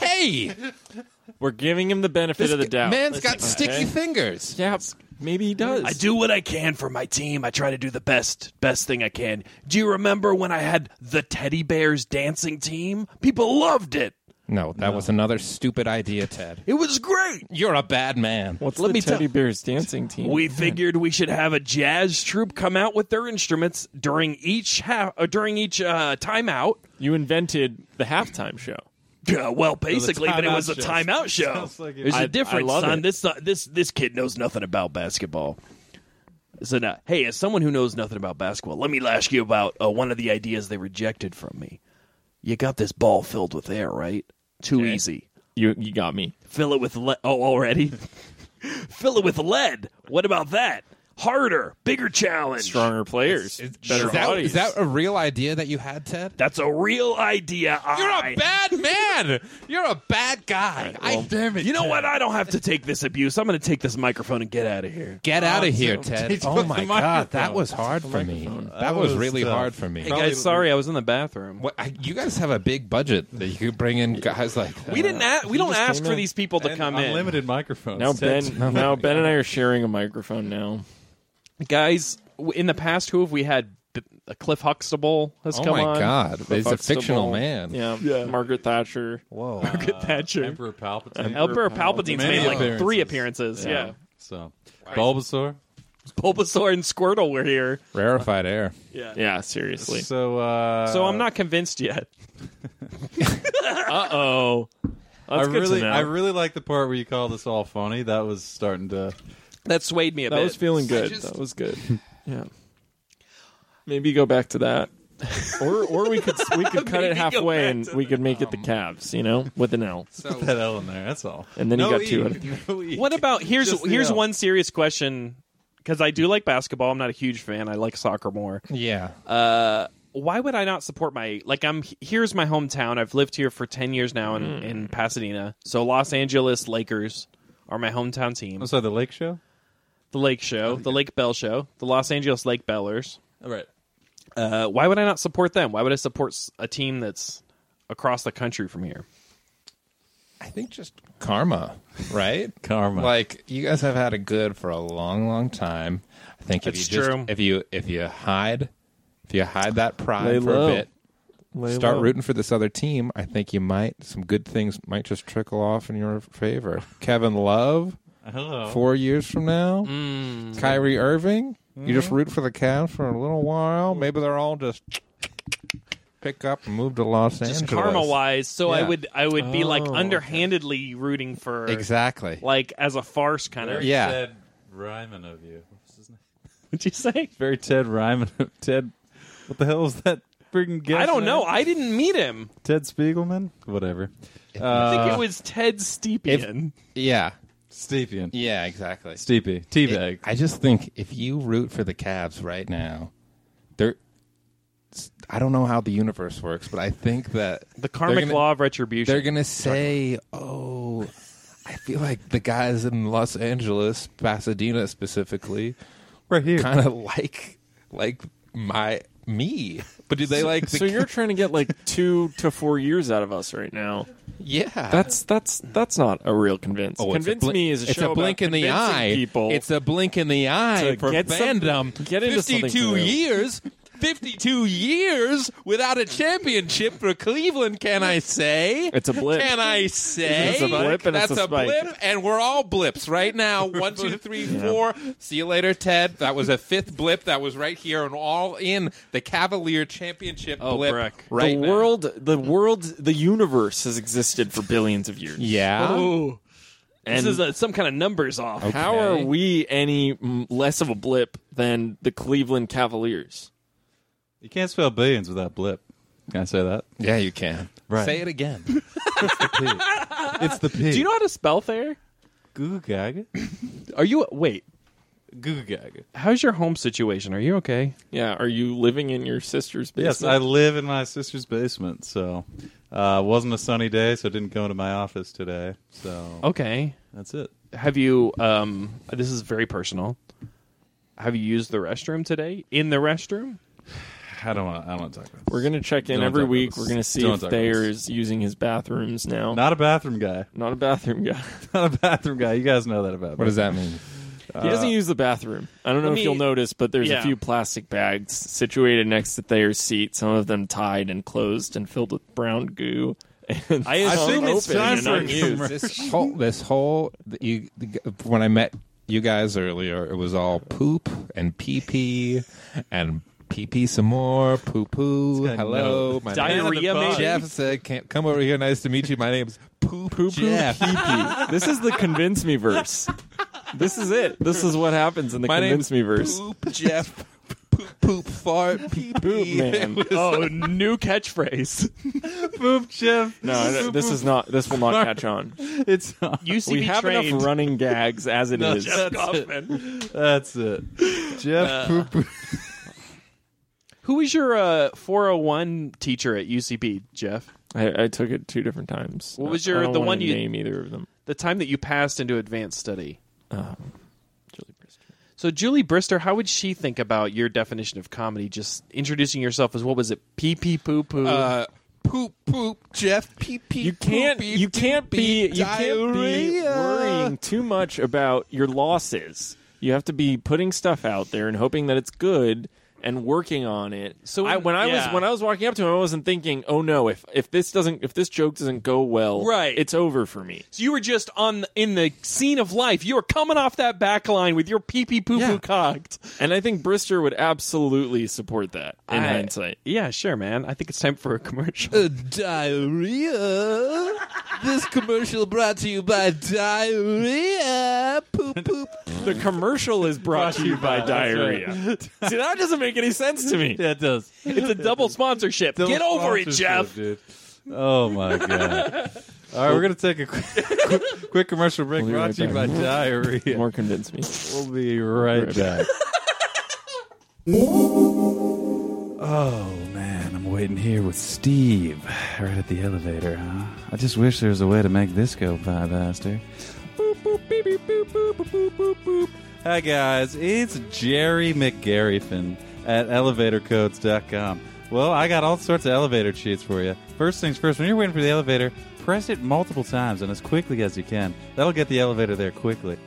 Speaker 4: hey,
Speaker 5: We're giving him the benefit of the doubt.
Speaker 4: man's got sticky fingers.
Speaker 5: yeah, maybe he does.
Speaker 1: I do what I can for my team. I try to do the best best thing I can. Do you remember when I had the teddy bears dancing team? People loved it.
Speaker 4: No, that was another stupid idea, Ted.
Speaker 1: It was great.
Speaker 4: You're a bad man.
Speaker 5: What's
Speaker 1: Let
Speaker 5: the
Speaker 1: me tell-
Speaker 5: teddy bear's dancing team?
Speaker 1: We figured we should have a jazz troupe come out with their instruments during each half, uh, during each uh, timeout.
Speaker 5: you invented the halftime show.
Speaker 1: Yeah, well, basically, but it
Speaker 3: timeout
Speaker 1: was a
Speaker 3: show.
Speaker 1: timeout show.
Speaker 3: Sounds like it-
Speaker 1: There's
Speaker 5: I-
Speaker 1: a
Speaker 5: I
Speaker 1: difference,
Speaker 5: love
Speaker 1: son.
Speaker 5: it.
Speaker 1: This uh, this this kid knows nothing about basketball. So now, hey, as someone who knows nothing about basketball, let me ask you about uh, one of the ideas they rejected from me. You got this ball filled with air, right? Too easy.
Speaker 5: You you got me.
Speaker 1: Fill it with le- oh already. Fill it with lead. What about that? Harder, bigger challenge.
Speaker 5: Stronger players, better
Speaker 4: is, that,
Speaker 5: bodies.
Speaker 4: is that a real idea that you had, Ted?
Speaker 1: That's a real idea.
Speaker 4: You're
Speaker 1: I-
Speaker 4: a bad man. You're a bad guy. I damn it.
Speaker 1: You know what? I don't have to take this abuse. I'm going to take this microphone and get out of here.
Speaker 4: Get out of here, Ted.
Speaker 3: Take
Speaker 4: Oh
Speaker 3: off
Speaker 4: my
Speaker 3: the
Speaker 4: god, that
Speaker 3: microphone.
Speaker 4: was hard for me. That
Speaker 3: That
Speaker 4: was
Speaker 3: was
Speaker 4: really
Speaker 3: tough.
Speaker 4: hard for me.
Speaker 2: Hey guys, sorry, I was in the bathroom.
Speaker 4: What, I, you guys have a big budget that you could bring in guys like that.
Speaker 2: We didn't.
Speaker 1: Uh,
Speaker 2: Ask, we don't ask for these people to come in.
Speaker 3: Unlimited microphones.
Speaker 5: now
Speaker 3: Ted's-
Speaker 5: Ben, now Ben and I are sharing a microphone now.
Speaker 2: guys w- in the past who have we had B- cliff huxtable has
Speaker 4: Oh
Speaker 2: come
Speaker 4: my
Speaker 2: on
Speaker 4: god, he's a
Speaker 5: Huxtable.
Speaker 4: fictional man.
Speaker 5: Yeah. Margaret Thatcher.
Speaker 4: Whoa.
Speaker 2: Uh, thatcher
Speaker 3: Emperor Palpatine.
Speaker 2: Emperor Palpatine's
Speaker 3: Many
Speaker 2: made like three Oh, appearances.
Speaker 3: appearances.
Speaker 2: Yeah.
Speaker 3: So Bulbasaur.
Speaker 2: Bulbasaur and Squirtle were here.
Speaker 4: Rarefied air.
Speaker 5: Yeah, seriously.
Speaker 3: So uh,
Speaker 2: So I'm not convinced yet.
Speaker 5: Uh oh.
Speaker 3: I
Speaker 5: That's good
Speaker 3: really,
Speaker 5: to know.
Speaker 3: I really like the part where you call this all funny. That was starting to.
Speaker 2: That swayed me a
Speaker 5: that
Speaker 2: bit.
Speaker 5: was feeling good. That was good. yeah. Maybe go back to that. or or we could we could cut
Speaker 2: Maybe go
Speaker 5: it halfway
Speaker 2: back
Speaker 5: and
Speaker 2: to
Speaker 5: we could make it the Cavs, you know, with an L.
Speaker 3: Put that L in there. That's all.
Speaker 5: And then you
Speaker 3: no
Speaker 5: got
Speaker 3: e.
Speaker 5: two out of-
Speaker 3: No E.
Speaker 2: what about here's
Speaker 3: Just the
Speaker 2: here's
Speaker 3: L.
Speaker 2: one serious question because I do like basketball. I'm not a huge fan. I like soccer more.
Speaker 4: Yeah.
Speaker 2: Why would I not support my like I'm here's my hometown. I've lived here for 10 years now in, in Pasadena. So Los Angeles Lakers are my hometown team.
Speaker 3: I'm sorry, the Lake Show.
Speaker 2: The Lake Show, the Lake Bell Show, the Los Angeles Lake Bellers.
Speaker 3: All right.
Speaker 2: Uh, why would I not support them? Why would I support s- a team that's across the country from here?
Speaker 4: I think just karma, right?
Speaker 3: Karma.
Speaker 4: Like you guys have had it good for a long, long time. I think if
Speaker 2: It's
Speaker 4: you just
Speaker 2: true.
Speaker 4: if you if you hide if you hide that pride
Speaker 5: Lay
Speaker 4: for
Speaker 5: low.
Speaker 4: a bit,
Speaker 5: Lay
Speaker 4: start
Speaker 5: low.
Speaker 4: rooting for this other team, I think you might some good things might just trickle off in your favor. Kevin Love,
Speaker 3: Hello.
Speaker 4: four years from now,
Speaker 2: Mm.
Speaker 4: Kyrie Irving, you
Speaker 5: Mm-hmm.
Speaker 4: just root for the Cavs for a little while. Maybe they're all just pick up and move to Los
Speaker 2: Just
Speaker 4: Angeles.
Speaker 2: karma wise, so I
Speaker 4: Yeah.
Speaker 2: would I would be like underhandedly rooting for
Speaker 4: exactly.
Speaker 2: like as a farce kind of.
Speaker 3: Very
Speaker 4: Yeah.
Speaker 3: Ted Ryman of you. What's his name?
Speaker 2: What'd you say?
Speaker 3: Very Ted Ryman of Ted. What the hell is that freaking guy?
Speaker 2: I don't know. I didn't meet him.
Speaker 3: Ted Spiegelman. Whatever.
Speaker 2: I
Speaker 3: Uh,
Speaker 2: think it was Ted Stepien.
Speaker 4: yeah,
Speaker 3: Steepian.
Speaker 4: yeah, exactly.
Speaker 3: Steepy. Teabag.
Speaker 4: I just think if you root for the Cavs right now, they're. I don't know how the universe works, but I think that
Speaker 2: the karmic
Speaker 4: gonna-
Speaker 2: law of retribution.
Speaker 4: they're gonna say, "Oh, I feel like the guys in Los Angeles, Pasadena specifically,
Speaker 3: Right here.
Speaker 4: kind of like like my me." But do they like? The
Speaker 5: So you're trying to get like two to four years out of us right now.
Speaker 4: yeah.
Speaker 5: That's that's that's not a real convince.
Speaker 4: Oh, it's a
Speaker 5: convince
Speaker 4: blink-
Speaker 5: me is a
Speaker 4: it's
Speaker 5: show
Speaker 4: a blink
Speaker 5: about
Speaker 4: in the
Speaker 5: convincing
Speaker 4: eye.
Speaker 5: People,
Speaker 4: It's a blink in the eye
Speaker 5: to
Speaker 4: for
Speaker 5: get some-
Speaker 4: fandom.
Speaker 5: get into something
Speaker 4: Fifty-two
Speaker 5: new.
Speaker 4: years, fifty-two years without a championship for Cleveland. Can I say?
Speaker 5: It's a blip.
Speaker 4: Can I say?
Speaker 5: It's a blip and it's
Speaker 4: That's
Speaker 5: a spike.
Speaker 4: blip, and we're all blips right now. One, two, three, four. See you later, Ted. That was a fifth blip. That was right here, and all in the Cavalier championship
Speaker 2: Oh,
Speaker 4: blip.
Speaker 2: Brick.
Speaker 4: Right
Speaker 5: the
Speaker 4: now.
Speaker 5: world, the world, the universe has existed for billions of years.
Speaker 4: Yeah.
Speaker 2: oh,
Speaker 5: and
Speaker 2: this is a, some kind of numbers off.
Speaker 5: how are we any mm, less of a blip than the Cleveland Cavaliers?
Speaker 3: You can't spell billions without blip. Can I say that?
Speaker 4: Yeah, you can.
Speaker 3: Right.
Speaker 4: Say it again.
Speaker 3: It's the P.
Speaker 2: Do you know how to spell there?
Speaker 3: Goo Gaga?
Speaker 2: Are you wait?
Speaker 3: Goo Gaga.
Speaker 2: How's your home situation? Are you okay?
Speaker 5: Yeah, are you living in your sister's basement?
Speaker 3: Yes, I live in my sister's basement, so uh wasn't a sunny day, so I didn't go into my office today. So
Speaker 2: Oh. Okay.
Speaker 3: that's it.
Speaker 2: have you um this is very personal have you used the restroom today in the restroom
Speaker 3: I don't want. I don't want to talk about. This.
Speaker 5: We're gonna check in
Speaker 3: Don't
Speaker 5: every
Speaker 3: talk about
Speaker 5: week.
Speaker 3: this.
Speaker 5: We're gonna see
Speaker 3: Don't
Speaker 5: if
Speaker 3: talk about
Speaker 5: Thayer
Speaker 3: this.
Speaker 5: is using his bathrooms now.
Speaker 3: not a bathroom guy.
Speaker 5: Not a bathroom guy.
Speaker 3: Not a bathroom guy. You guys know that about.
Speaker 4: What does that mean?
Speaker 5: He doesn't use the bathroom. I don't know
Speaker 2: let
Speaker 5: if you'll
Speaker 2: me-
Speaker 5: notice, but there's
Speaker 2: Uh, yeah.
Speaker 5: a few plastic bags situated next to Thayer's seat, some of them tied and closed and filled with brown goo. And
Speaker 2: I assume
Speaker 5: some
Speaker 2: it's
Speaker 5: open
Speaker 3: time
Speaker 5: and
Speaker 3: for a
Speaker 5: unused.
Speaker 3: commercial.
Speaker 4: this whole this whole the- you the- when I met you guys earlier, it was all poop and pee pee and pee pee some more poo poo.
Speaker 3: This guy
Speaker 4: Hello, my
Speaker 2: Diarrhea,
Speaker 4: name
Speaker 2: maybe?
Speaker 4: is Jeff. Said, Can't come over here. Nice to meet you. My name's Poo Poo Jeff.
Speaker 5: Pee-pee. This is the convince me verse. This is it. This is what happens in the
Speaker 4: My name's
Speaker 5: convince me verse.
Speaker 4: Poop Jeff. Poop poop, fart, pee
Speaker 5: Poop
Speaker 4: pee.
Speaker 5: man.
Speaker 2: Oh, new catchphrase.
Speaker 3: Poop Jeff.
Speaker 5: No, no, this is not. This will not catch on.
Speaker 3: It's
Speaker 2: UCB
Speaker 5: We have
Speaker 2: trained.
Speaker 5: enough running gags as it is.
Speaker 2: Kaufman.
Speaker 3: that's it. Jeff Poop. Poop.
Speaker 2: Who was your uh, 401 teacher at UCB, Jeff?
Speaker 5: I, I took it two different times.
Speaker 2: What was
Speaker 5: I- I
Speaker 2: your-
Speaker 5: don't
Speaker 2: the
Speaker 5: wanna
Speaker 2: one you-
Speaker 5: name either of them?
Speaker 2: The time that you passed into advanced study. Uh,
Speaker 5: Julie Brister.
Speaker 2: So Julie Brister, how would she think about your definition of comedy? Just introducing yourself as what was it? Pee pee poo poo.
Speaker 4: Uh, poop, poop, Jeff, pee pee.
Speaker 5: You can't.
Speaker 4: poopy,
Speaker 5: You can't be.
Speaker 4: doopy,
Speaker 5: You can't be
Speaker 4: diarrhea.
Speaker 5: worrying too much about your losses. You have to be putting stuff out there and hoping that it's good and working on it.
Speaker 2: So
Speaker 5: I, when I was
Speaker 2: yeah.
Speaker 5: when I was walking up to him, I wasn't thinking, "Oh no, if if this doesn't if this joke doesn't go well,
Speaker 2: Right.
Speaker 5: it's over for me."
Speaker 2: so you were just on in the scene of life. You were coming off that back line with your pee pee poo poo
Speaker 5: Yeah.
Speaker 2: cocked.
Speaker 5: And I think Brister would absolutely support that in
Speaker 2: I-
Speaker 5: hindsight.
Speaker 2: Yeah, sure, man. I think it's time for a commercial.
Speaker 4: Uh, diarrhea. this commercial brought to you by diarrhea. Poop, poop.
Speaker 5: The commercial is brought to you by diarrhea. See, that doesn't make any sense to me.
Speaker 3: That does.
Speaker 2: It's a double sponsorship. Get over it, Jeff.
Speaker 3: Dude. Oh my god. All right, we're gonna take a quick, quick, quick commercial break.
Speaker 5: We'll be
Speaker 3: brought
Speaker 5: right
Speaker 3: to you by
Speaker 5: back.
Speaker 3: diarrhea.
Speaker 5: More convinced me.
Speaker 3: We'll be right
Speaker 5: Right
Speaker 3: back. oh man, I'm waiting here with Steve right at the elevator, huh? I just wish there was a way to make this go by faster. Boop, boop, beep, beep, boop, boop, boop, boop, boop. Hi guys, it's Jerry McGarryfin at elevatorcodes.com. Well, I got all sorts of elevator cheats for you. First things first, when you're waiting for the elevator, press it multiple times and as quickly as you can. That'll get the elevator there quickly.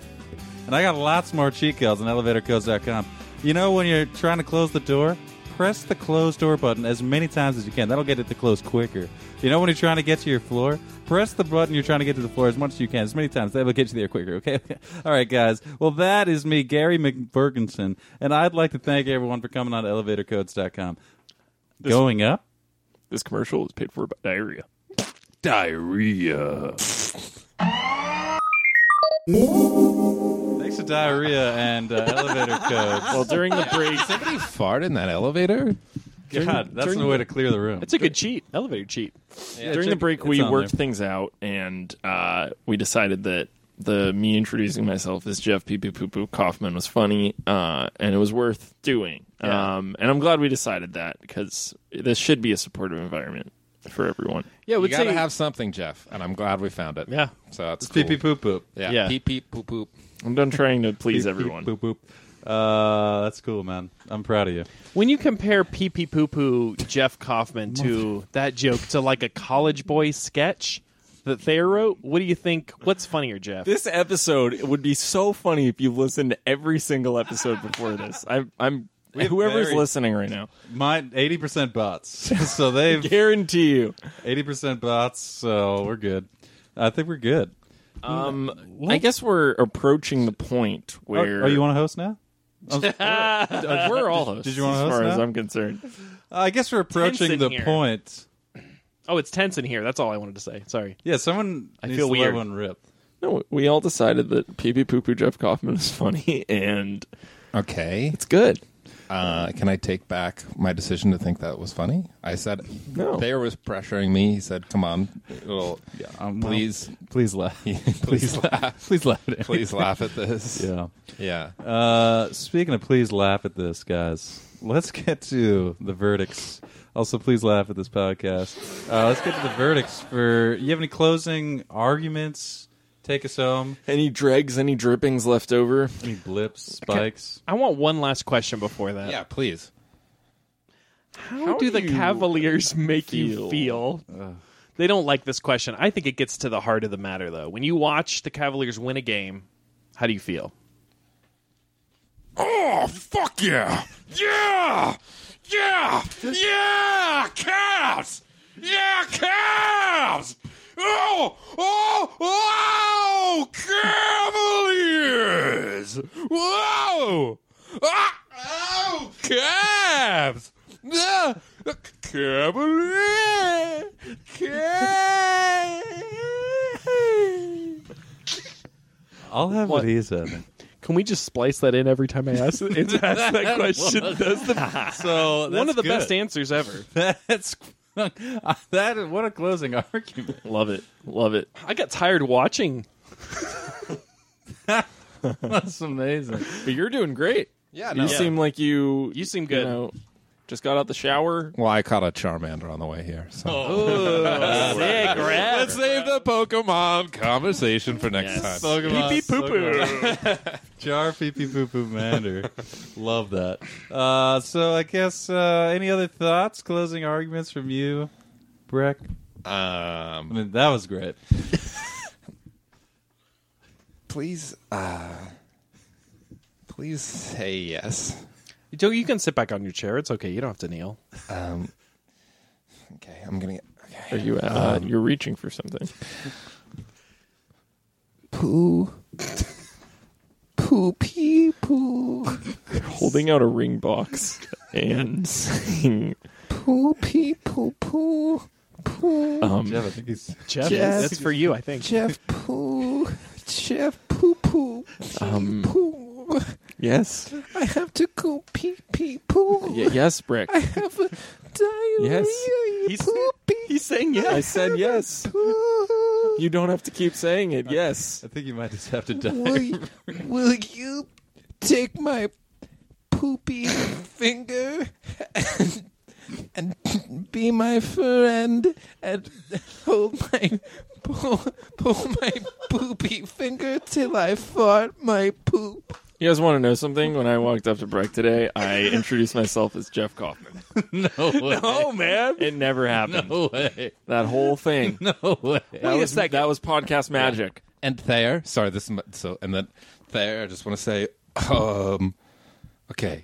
Speaker 3: And I got lots more cheat codes on elevatorcodes.com. You know, when you're trying to close the door, press the close door button as many times as you can. That'll get it to close quicker. You know, when you're trying to get to your floor, press the button you're trying to get to the floor as much as you can, as many times. That'll get you there quicker, okay? All right, guys. Well, that is me, Gary McFerguson. And I'd like to thank everyone for coming on to elevatorcodes.com. Going up?
Speaker 5: This commercial was paid for by diarrhea.
Speaker 3: Thanks to diarrhea and uh, elevator codes.
Speaker 5: Well, during the break,
Speaker 4: Somebody fart in that elevator?
Speaker 3: God, that's
Speaker 5: during
Speaker 3: no way to clear the room.
Speaker 2: It's a good cheat. Elevator cheat.
Speaker 5: during the break,
Speaker 3: it's
Speaker 5: we
Speaker 3: on
Speaker 5: worked
Speaker 3: there.
Speaker 5: things out, and uh, we decided that the me introducing myself as Jeff Pee Pee Poo Poo Kaufman was funny, uh, and it was worth doing. Um, and I'm glad we decided that because this should be a supportive environment for everyone.
Speaker 2: Yeah,
Speaker 4: You
Speaker 2: would
Speaker 4: gotta
Speaker 2: say
Speaker 4: have something, Jeff, and I'm glad we found it.
Speaker 2: Yeah.
Speaker 4: So that's cool.
Speaker 3: Pee pee poop poop.
Speaker 4: Yeah.
Speaker 2: Yeah.
Speaker 4: Peep, peep, poop, poop.
Speaker 5: I'm done trying to please
Speaker 3: Beep,
Speaker 5: everyone.
Speaker 3: Beep, boop, boop. Uh, that's cool, man. I'm proud of you.
Speaker 2: When you compare pee pee poo poo Jeff Kaufman to that joke to like a college boy sketch that they wrote, what do you think? What's funnier, Jeff?
Speaker 5: This episode would be so funny if you listened to every single episode before this. I, I'm whoever's
Speaker 3: very-
Speaker 5: listening right now,
Speaker 3: Mine 80% bots. so they've
Speaker 5: guarantee you.
Speaker 3: 80% bots, so we're good. I think we're good.
Speaker 5: I guess we're approaching the point where
Speaker 3: Oh, you want to host now?
Speaker 5: we're all hosts.
Speaker 3: Did you wanna
Speaker 5: as
Speaker 3: host
Speaker 5: far as
Speaker 3: now? Uh,
Speaker 5: I'm concerned.
Speaker 3: I guess we're approaching
Speaker 2: in
Speaker 3: the
Speaker 2: here.
Speaker 3: point.
Speaker 2: Oh, it's tense in here. That's all I wanted to say. Sorry.
Speaker 3: Yeah, someone I needs
Speaker 2: feel
Speaker 3: to
Speaker 2: weird.
Speaker 3: let one rip.
Speaker 5: No, we all decided that Pee Pee Poo Poo Jeff Kaufman is funny and
Speaker 4: Okay.
Speaker 5: it's good.
Speaker 4: Uh, can I take back my decision to think that was funny? I said
Speaker 5: No.
Speaker 4: Thayer was pressuring me. He said, "Come on, little,
Speaker 3: um, well-
Speaker 4: please,
Speaker 3: Please laugh.
Speaker 4: please laugh,
Speaker 3: Please laugh. at it.
Speaker 4: please laugh at this."
Speaker 3: Yeah.
Speaker 4: yeah.
Speaker 3: Uh, speaking of please laugh at this, guys, let's get to the verdicts. Also, please laugh at this podcast. Uh, let's get to the verdicts. For you have any closing arguments? Take us home.
Speaker 5: Any dregs, any drippings left over?
Speaker 3: Any blips, spikes?
Speaker 2: I want one last question before that.
Speaker 4: yeah, please.
Speaker 2: How, do the
Speaker 5: do you
Speaker 2: Cavaliers make you
Speaker 5: feel?
Speaker 2: feel? They don't like this question. I think it gets to the heart of the matter, though. When you watch the Cavaliers win a game, how do you feel?
Speaker 4: Oh fuck yeah, yeah, yeah, yeah, Cavs, yeah, Cavs. Oh, oh, oh, Cavaliers! Whoa! Ah, oh, Cavs! Ah, Cavaliers! Cavs!
Speaker 3: I'll have what, he's having.
Speaker 2: Can we just splice that in every time I ask, it's asked that question? That's the,
Speaker 3: So that's
Speaker 2: one of the
Speaker 3: good.
Speaker 2: best answers ever.
Speaker 3: That's that. is- What a closing argument.
Speaker 5: Love it. Love it.
Speaker 2: I got tired watching.
Speaker 3: That's amazing.
Speaker 5: But you're doing great.
Speaker 4: Yeah,
Speaker 5: You seem like you.
Speaker 2: You seem good.
Speaker 5: know, just got out the shower.
Speaker 4: Well, I caught a Charmander on the way here. So.
Speaker 3: Oh.
Speaker 2: Sick rap.
Speaker 4: Let's save the Pokemon conversation for next time.
Speaker 3: Pokemon,
Speaker 2: Pee pee poo poo.
Speaker 3: Jar pee pee poo poo mander. Love that. Uh, so I guess uh, any other thoughts, closing arguments from you, Breck? I
Speaker 4: Um,
Speaker 3: mean, that was great.
Speaker 4: please, uh, please say yes.
Speaker 2: Joe, you can sit back on your chair. It's okay. You don't have to kneel.
Speaker 4: Um, okay, I'm gonna.
Speaker 5: Are
Speaker 4: Okay.
Speaker 5: you? Uh, you're reaching for something.
Speaker 4: Poo, poo, pee, poo,
Speaker 5: Holding out a ring box and saying,
Speaker 4: poo, pee, poo, poo, poo.
Speaker 5: um,
Speaker 3: Jeff, I think he's.
Speaker 2: Jeff,
Speaker 4: Jeff.
Speaker 2: that's for you, I think.
Speaker 4: Jeff, poo, Jeff, poo, poo,
Speaker 5: um,
Speaker 4: poo.
Speaker 5: yes,
Speaker 4: I have to go pee, pee, poo.
Speaker 5: Y- yes, Brick.
Speaker 4: I have a diarrhea.
Speaker 5: Yes.
Speaker 4: you
Speaker 5: He's-
Speaker 4: poopy.
Speaker 5: He's saying yes. I said yes.
Speaker 4: poo.
Speaker 5: You don't have to keep saying it. Yes.
Speaker 3: I think you might just have to die.
Speaker 4: Will you, will you take my poopy finger and, and be my friend and hold my pull, pull my poopy finger till I fart my poop?
Speaker 5: You guys want to know something? When I walked up to Breck today, I introduced myself as Jeff Kaufman.
Speaker 3: No way.
Speaker 5: Oh man, it never happened.
Speaker 3: No way.
Speaker 5: That whole thing.
Speaker 3: No way.
Speaker 5: That was that was podcast magic.
Speaker 4: and there sorry this is my, so and then there i just want to say um okay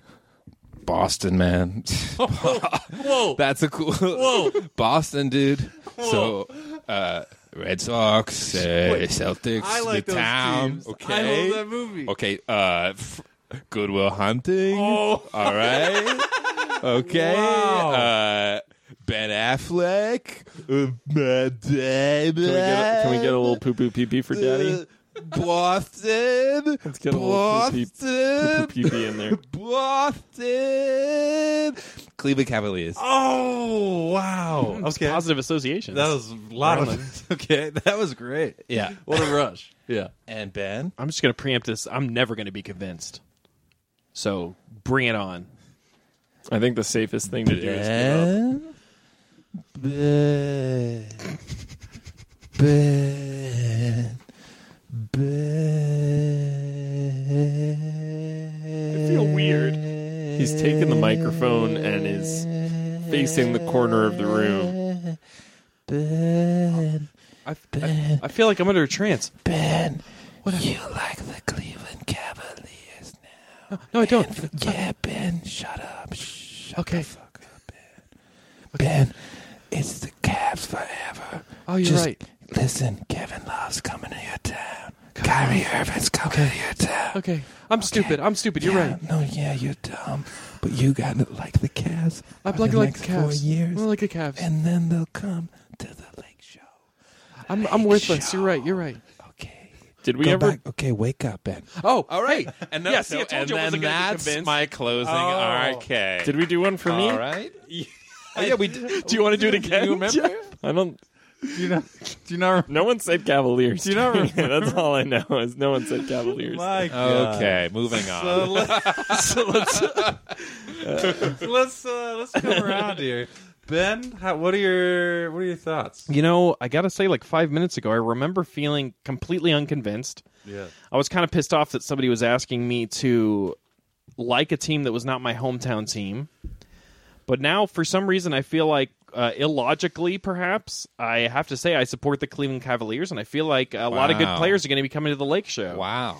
Speaker 4: boston man
Speaker 3: Whoa.
Speaker 4: that's a cool whoa boston dude so uh red sox uh, celtics
Speaker 3: I like
Speaker 4: the
Speaker 3: those
Speaker 4: town
Speaker 3: teams. I
Speaker 4: okay
Speaker 3: love that movie.
Speaker 4: okay uh f- goodwill hunting all right okay uh ben affleck uh, Matt Damon.
Speaker 5: Can we get a, can we get a little poo poo pee pee for Daddy?
Speaker 4: Uh, Boston. Let's
Speaker 5: get a little poo-pee-
Speaker 4: Boston.
Speaker 5: Pee pee in there.
Speaker 4: Boston. Cleveland Cavaliers.
Speaker 3: Oh wow. Okay.
Speaker 2: Positive associations.
Speaker 3: That was a lot of. Okay, that was great.
Speaker 4: Yeah.
Speaker 3: What a rush. Yeah.
Speaker 4: And Ben.
Speaker 2: I'm just going to preempt this. I'm never going to be convinced. So bring it on.
Speaker 5: I think the safest thing to do is give up.
Speaker 4: Ben. Ben. Ben. Ben.
Speaker 5: I feel weird. He's taking the microphone and is facing the corner of the room.
Speaker 4: Ben.
Speaker 2: I, I, I feel like I'm under a trance.
Speaker 4: Oh, Ben, you like the Cleveland Cavaliers
Speaker 2: No, I don't.
Speaker 4: now? Yeah, Ben, shut up. Shut
Speaker 2: Okay.
Speaker 4: fuck up, Ben. Ben, it's the Cavs forever.
Speaker 2: Oh, you're
Speaker 4: Just
Speaker 2: right.
Speaker 4: Listen, Kevin Love's coming to your town. Kyrie Irving's coming to your town.
Speaker 2: Okay. I'm stupid. I'm stupid. You're
Speaker 4: Yeah,
Speaker 2: right.
Speaker 4: No, yeah, you're dumb, but you got to like the Cavs.
Speaker 2: I'm
Speaker 4: for
Speaker 2: like,
Speaker 4: the
Speaker 2: like
Speaker 4: next
Speaker 2: the
Speaker 4: four
Speaker 2: Cavs.
Speaker 4: years,
Speaker 2: I'm like the Cavs.
Speaker 4: and then they'll come to the Lake Show.
Speaker 2: I'm, I'm worthless. You're right. You're right.
Speaker 4: Okay.
Speaker 5: Did we
Speaker 4: Go
Speaker 5: ever?
Speaker 4: back. Okay, wake up, Ben.
Speaker 2: Oh, all right.
Speaker 4: And then,
Speaker 2: Yeah, see, I told you I wasn't gonna be convinced.
Speaker 4: closing RK.
Speaker 5: Did we do one for me?
Speaker 4: right. Oh, yeah, we d-
Speaker 5: Do you want to do it again?
Speaker 4: you remember?
Speaker 5: Jeff? I don't.
Speaker 3: Do you not? Do you not?
Speaker 5: No one said Cavaliers.
Speaker 3: Do you not remember?
Speaker 5: That's all I know is no one said Cavaliers.
Speaker 3: My God.
Speaker 4: Okay, moving on.
Speaker 3: So, let, us let's uh, let's come around here. Ben, how, what are your what are your thoughts?
Speaker 2: You know, I got to say, like five minutes ago, I remember feeling completely unconvinced.
Speaker 3: Yeah.
Speaker 2: I was kind of pissed off that somebody was asking me to like a team that was not my hometown team. But now, for some reason, I feel like uh, illogically, perhaps, I have to say I support the Cleveland Cavaliers, and I feel like a lot of good
Speaker 4: Wow.
Speaker 2: players are going to be coming to the Lake Show.
Speaker 4: Wow.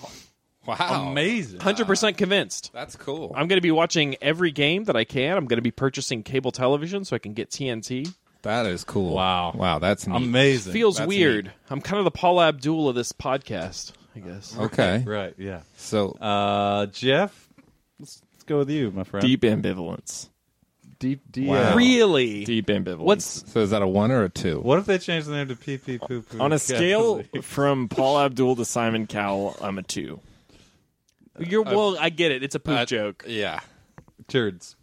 Speaker 4: Wow.
Speaker 3: Amazing.
Speaker 2: 100% convinced.
Speaker 4: That's cool.
Speaker 2: I'm going to be watching every game that I can. I'm going to be purchasing cable television so I can get TNT.
Speaker 4: That is cool. Wow. Wow, that's neat.
Speaker 3: Amazing.
Speaker 2: Feels
Speaker 4: That's
Speaker 2: weird. I'm kind of the Paul Abdul of this podcast, I guess.
Speaker 4: okay.
Speaker 3: right. Yeah.
Speaker 4: So,
Speaker 3: Uh, Jeff, let's, let's go with you, my friend.
Speaker 5: Deep ambivalence.
Speaker 3: deep, deep.
Speaker 4: Wow.
Speaker 2: Really?
Speaker 5: Deep ambivalence.
Speaker 2: What's
Speaker 4: so is that a one or a two?
Speaker 3: What if they changed the name to pee pee poo poo?
Speaker 5: on a scale from Paul Abdul to Simon Cowell? I'm a two.
Speaker 2: You're well. I get Uh, it. It's a poop
Speaker 4: Uh,
Speaker 2: joke.
Speaker 4: Yeah.
Speaker 3: turds.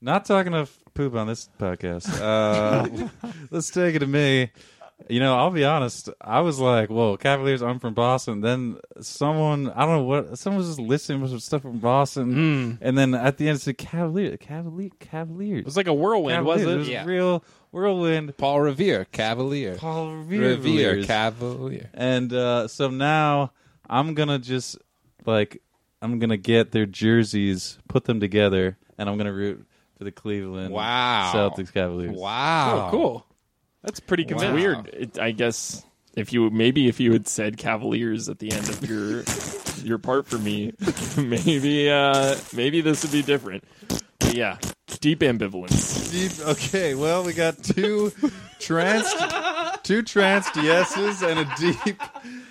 Speaker 3: Not talking of poop on this podcast. Uh, let's take it to me. You know, I'll be honest. I was like, "Whoa, Cavaliers! I'm from Boston." Then someone, I don't know what, someone was just listening with some stuff from Boston, and then at the end it said Cavalier, Cavalier, Cavaliers.
Speaker 2: It was like a whirlwind,
Speaker 3: Cavaliers.
Speaker 2: was
Speaker 3: It
Speaker 2: it?
Speaker 3: was
Speaker 4: Yeah.
Speaker 3: real whirlwind.
Speaker 4: Paul Revere, Cavalier.
Speaker 3: Paul
Speaker 4: Revere,
Speaker 3: Revere,
Speaker 4: Cavalier.
Speaker 3: and uh, so now I'm gonna just like I'm gonna get their jerseys, put them together, and I'm gonna root for the Cleveland
Speaker 4: Wow.
Speaker 3: Celtics Cavaliers.
Speaker 4: Wow.
Speaker 2: Oh, cool. That's pretty
Speaker 5: It's
Speaker 4: Wow.
Speaker 2: convincing.
Speaker 5: weird. It, I guess if you maybe if you had said Cavaliers at the end of your your part for me, maybe uh maybe this would be different. But yeah, deep ambivalence.
Speaker 3: Deep- okay, well we got two tranced two tranced yeses and a deep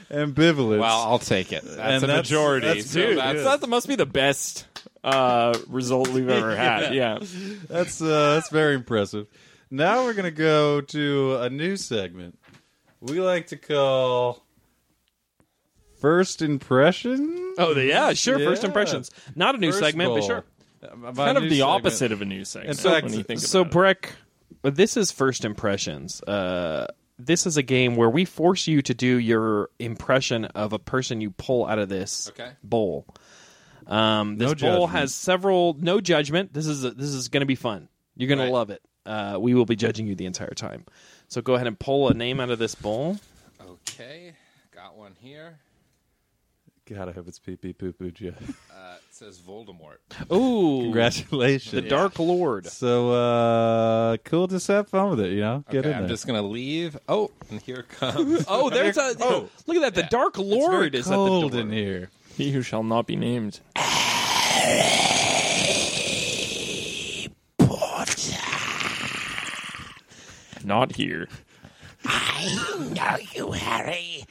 Speaker 3: ambivalence.
Speaker 4: Well, I'll take it. That's
Speaker 3: And
Speaker 4: a
Speaker 3: that's-
Speaker 4: majority.
Speaker 3: that's
Speaker 4: so
Speaker 3: good.
Speaker 5: Dude,
Speaker 4: that's-
Speaker 5: that must be the best uh result we've ever had. Yeah.
Speaker 3: That's uh, that's very impressive. Now we're gonna go to a new segment we like to call First Impression.
Speaker 2: Oh, the- yeah, sure. First
Speaker 3: Yeah.
Speaker 2: impressions. Not a new
Speaker 3: First
Speaker 2: segment, but
Speaker 3: goal.
Speaker 2: sure.
Speaker 3: Uh, my
Speaker 5: Kind of
Speaker 3: new
Speaker 5: the
Speaker 3: segment.
Speaker 5: opposite of a news segment.
Speaker 3: In fact,
Speaker 5: when you think
Speaker 2: So,
Speaker 5: about it.
Speaker 2: Breck, this is first impressions. Uh, this is a game where we force you to do your impression of a person you pull out of this
Speaker 4: Okay.
Speaker 2: bowl. Um, this
Speaker 3: No
Speaker 2: bowl
Speaker 3: judgment.
Speaker 2: has several. No judgment. This is a, this is going to be fun. You're going
Speaker 4: Right.
Speaker 2: to love it. Uh, we will be judging you the entire time. So go ahead and pull a name out of this bowl.
Speaker 4: okay. Got one here.
Speaker 3: God, I hope it's pee pee poo poo Joe.
Speaker 4: Uh, it says Voldemort.
Speaker 2: Ooh,
Speaker 3: Congratulations.
Speaker 2: the Dark Lord.
Speaker 3: So uh cool, just have fun with it, you know? Get
Speaker 4: Okay,
Speaker 3: in
Speaker 4: I'm
Speaker 3: there.
Speaker 4: just gonna leave. Oh, and here it comes.
Speaker 2: Oh, there's a. Oh, look at that. The Dark Lord is
Speaker 3: cold
Speaker 2: at the door.
Speaker 3: in here.
Speaker 5: he who shall not be named. Not here.
Speaker 6: know you, Harry.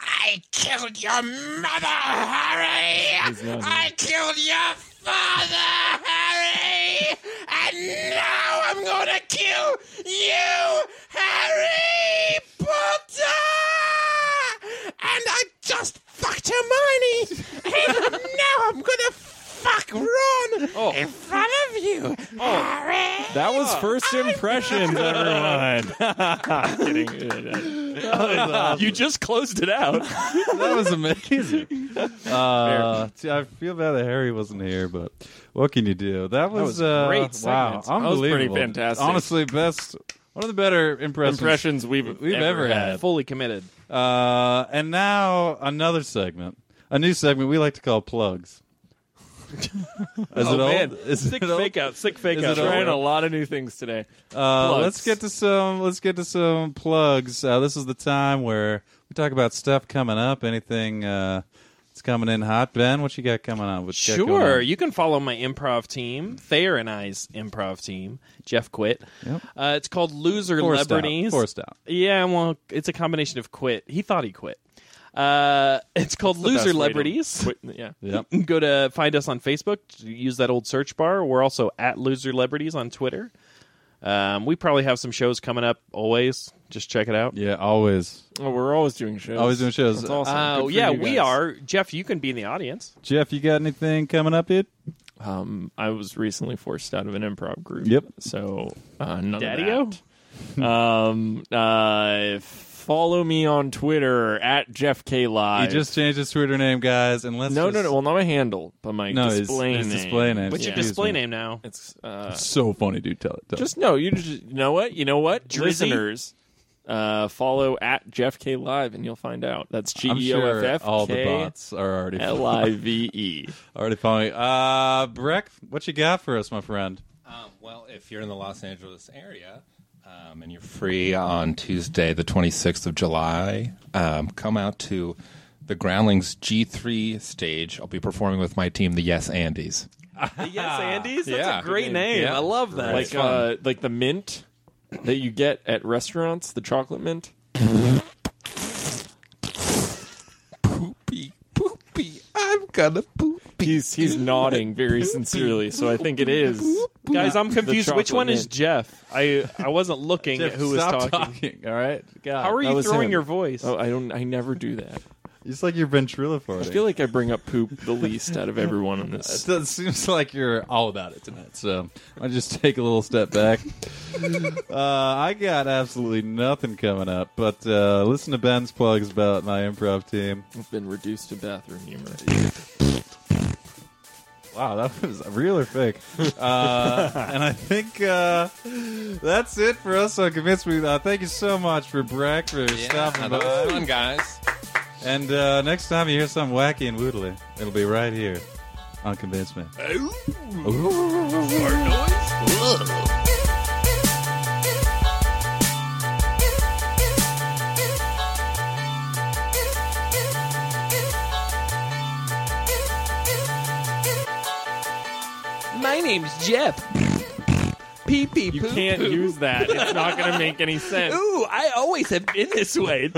Speaker 6: I killed your mother, Harry.
Speaker 5: not
Speaker 6: I killed your father, Harry. And now I'm going to kill you, Harry Potter. And I just fucked Hermione. and now I'm going to fuck Ron in front of you, Harry.
Speaker 5: That was first impressions, everyone. Kidding. You just closed it out.
Speaker 3: That was amazing. uh, see, I feel bad that Harry wasn't here, but what can you do? That was,
Speaker 5: was
Speaker 3: uh,
Speaker 5: great segment.
Speaker 3: wow,
Speaker 5: That was pretty
Speaker 3: unbelievable.
Speaker 5: fantastic.
Speaker 3: Honestly, best one of the better impressions.
Speaker 5: Impressions we've,
Speaker 3: We've ever had.
Speaker 2: Fully committed.
Speaker 3: Uh, and now another segment, a new segment we like to call plugs. Is it
Speaker 2: man.
Speaker 3: old? Is
Speaker 2: Sick
Speaker 3: it old?
Speaker 2: fake out. Sick fake
Speaker 3: Is
Speaker 2: out.
Speaker 3: it
Speaker 5: Trying
Speaker 3: over?
Speaker 5: a lot of new things today.
Speaker 3: Uh,
Speaker 5: Plugs.
Speaker 3: let's get to some. Let's get to some plugs. Uh, this is the time where we talk about stuff coming up. Anything uh, that's coming in hot, Ben? What you got coming on? What you got going
Speaker 2: Sure,
Speaker 3: on?
Speaker 2: you can follow my improv team, Thayer and I's improv team. Jeff quit.
Speaker 3: Yep.
Speaker 2: Uh, it's called Loser
Speaker 3: Forced out.
Speaker 2: Lebanese.
Speaker 3: Forced out.
Speaker 2: Yeah, well, it's a combination of quit. He thought he quit. Uh, it's called Loser Lebanese.
Speaker 5: Wait, yeah.
Speaker 3: Yep.
Speaker 2: Go to find us on Facebook. Use that old search bar. We're also at Loser Lebrities on Twitter. Um, we probably have some shows coming up. Always, just check it out.
Speaker 3: Yeah. Always.
Speaker 5: Well, we're always doing shows.
Speaker 3: Always doing shows.
Speaker 5: That's awesome. Good
Speaker 2: Oh
Speaker 5: for
Speaker 2: yeah,
Speaker 5: you
Speaker 2: we
Speaker 5: guys.
Speaker 2: are. Jeff, you can be in the audience.
Speaker 3: Jeff, you got anything coming up? It.
Speaker 5: Um, I was recently forced out of an improv group.
Speaker 3: Yep.
Speaker 5: So uh, none
Speaker 2: Daddy-o?
Speaker 5: of that. Um, uh, follow me on Twitter at Jeff K
Speaker 3: He
Speaker 5: Live.
Speaker 3: just changed his Twitter name, guys, and let's.
Speaker 5: no,
Speaker 3: just,
Speaker 5: no, no. Well, not my handle, but my
Speaker 3: No, his-
Speaker 5: display
Speaker 3: his
Speaker 5: name.
Speaker 3: display name.
Speaker 2: What's
Speaker 5: Yeah.
Speaker 2: your display name now?
Speaker 5: It's uh,
Speaker 3: So funny, dude. Tell it. Tell
Speaker 5: just no. You just you know what? You know what?
Speaker 2: Drizzy?
Speaker 5: Listeners, uh, follow at Jeff K Live, and you'll find out. That's G
Speaker 3: it. I'm
Speaker 5: E O
Speaker 3: sure
Speaker 5: F
Speaker 3: all
Speaker 5: F
Speaker 3: the
Speaker 5: K
Speaker 3: bots are already
Speaker 5: L I V E.
Speaker 3: already following. Uh, Breck, what you got for us, my friend?
Speaker 4: Um, well, if you're in the Los Angeles area um, and you're free on Tuesday, the 26th of July, um, come out to the Groundlings G3 stage. I'll be performing with my team, the Yes Andes.
Speaker 2: Yes, Andy's. That's
Speaker 4: Yeah.
Speaker 2: a great name.
Speaker 4: Yeah.
Speaker 2: I love that.
Speaker 5: like uh, like the mint that you get at restaurants, the chocolate mint.
Speaker 4: Poopy, poopy, I'm gonna poopy.
Speaker 5: He's he's nodding very sincerely, so I think it is.
Speaker 2: Guys, I'm confused.
Speaker 5: The
Speaker 2: Which one
Speaker 5: chocolate
Speaker 2: is
Speaker 5: mint.
Speaker 2: Jeff? I I wasn't looking at who was
Speaker 3: Stop
Speaker 2: talking.
Speaker 3: All right. God,
Speaker 2: How are
Speaker 3: that
Speaker 2: you
Speaker 3: was
Speaker 2: throwing
Speaker 3: him.
Speaker 2: your voice?
Speaker 5: Oh, I don't. I never do that.
Speaker 3: It's like you're ventriloquisting.
Speaker 5: I feel like I bring up poop the least out of everyone in this.
Speaker 3: It seems like you're all about it tonight. So I'll just take a little step back. uh, I got absolutely nothing coming up, but uh, listen to Ben's plugs about my improv team.
Speaker 5: I've been reduced to bathroom humor.
Speaker 3: Wow, that was real or fake. Uh, and I think uh, that's it for us on Convince Me. Uh, thank you so much for Breck for
Speaker 4: that
Speaker 3: stopping
Speaker 4: was
Speaker 3: by.
Speaker 4: fun, guys.
Speaker 3: And uh, next time you hear something wacky and woodly, it'll be right here on Convince Me.
Speaker 2: My name's Jeff. Pee pee You can't use that. It's not going to make any sense.
Speaker 1: Ooh, I always have been this way.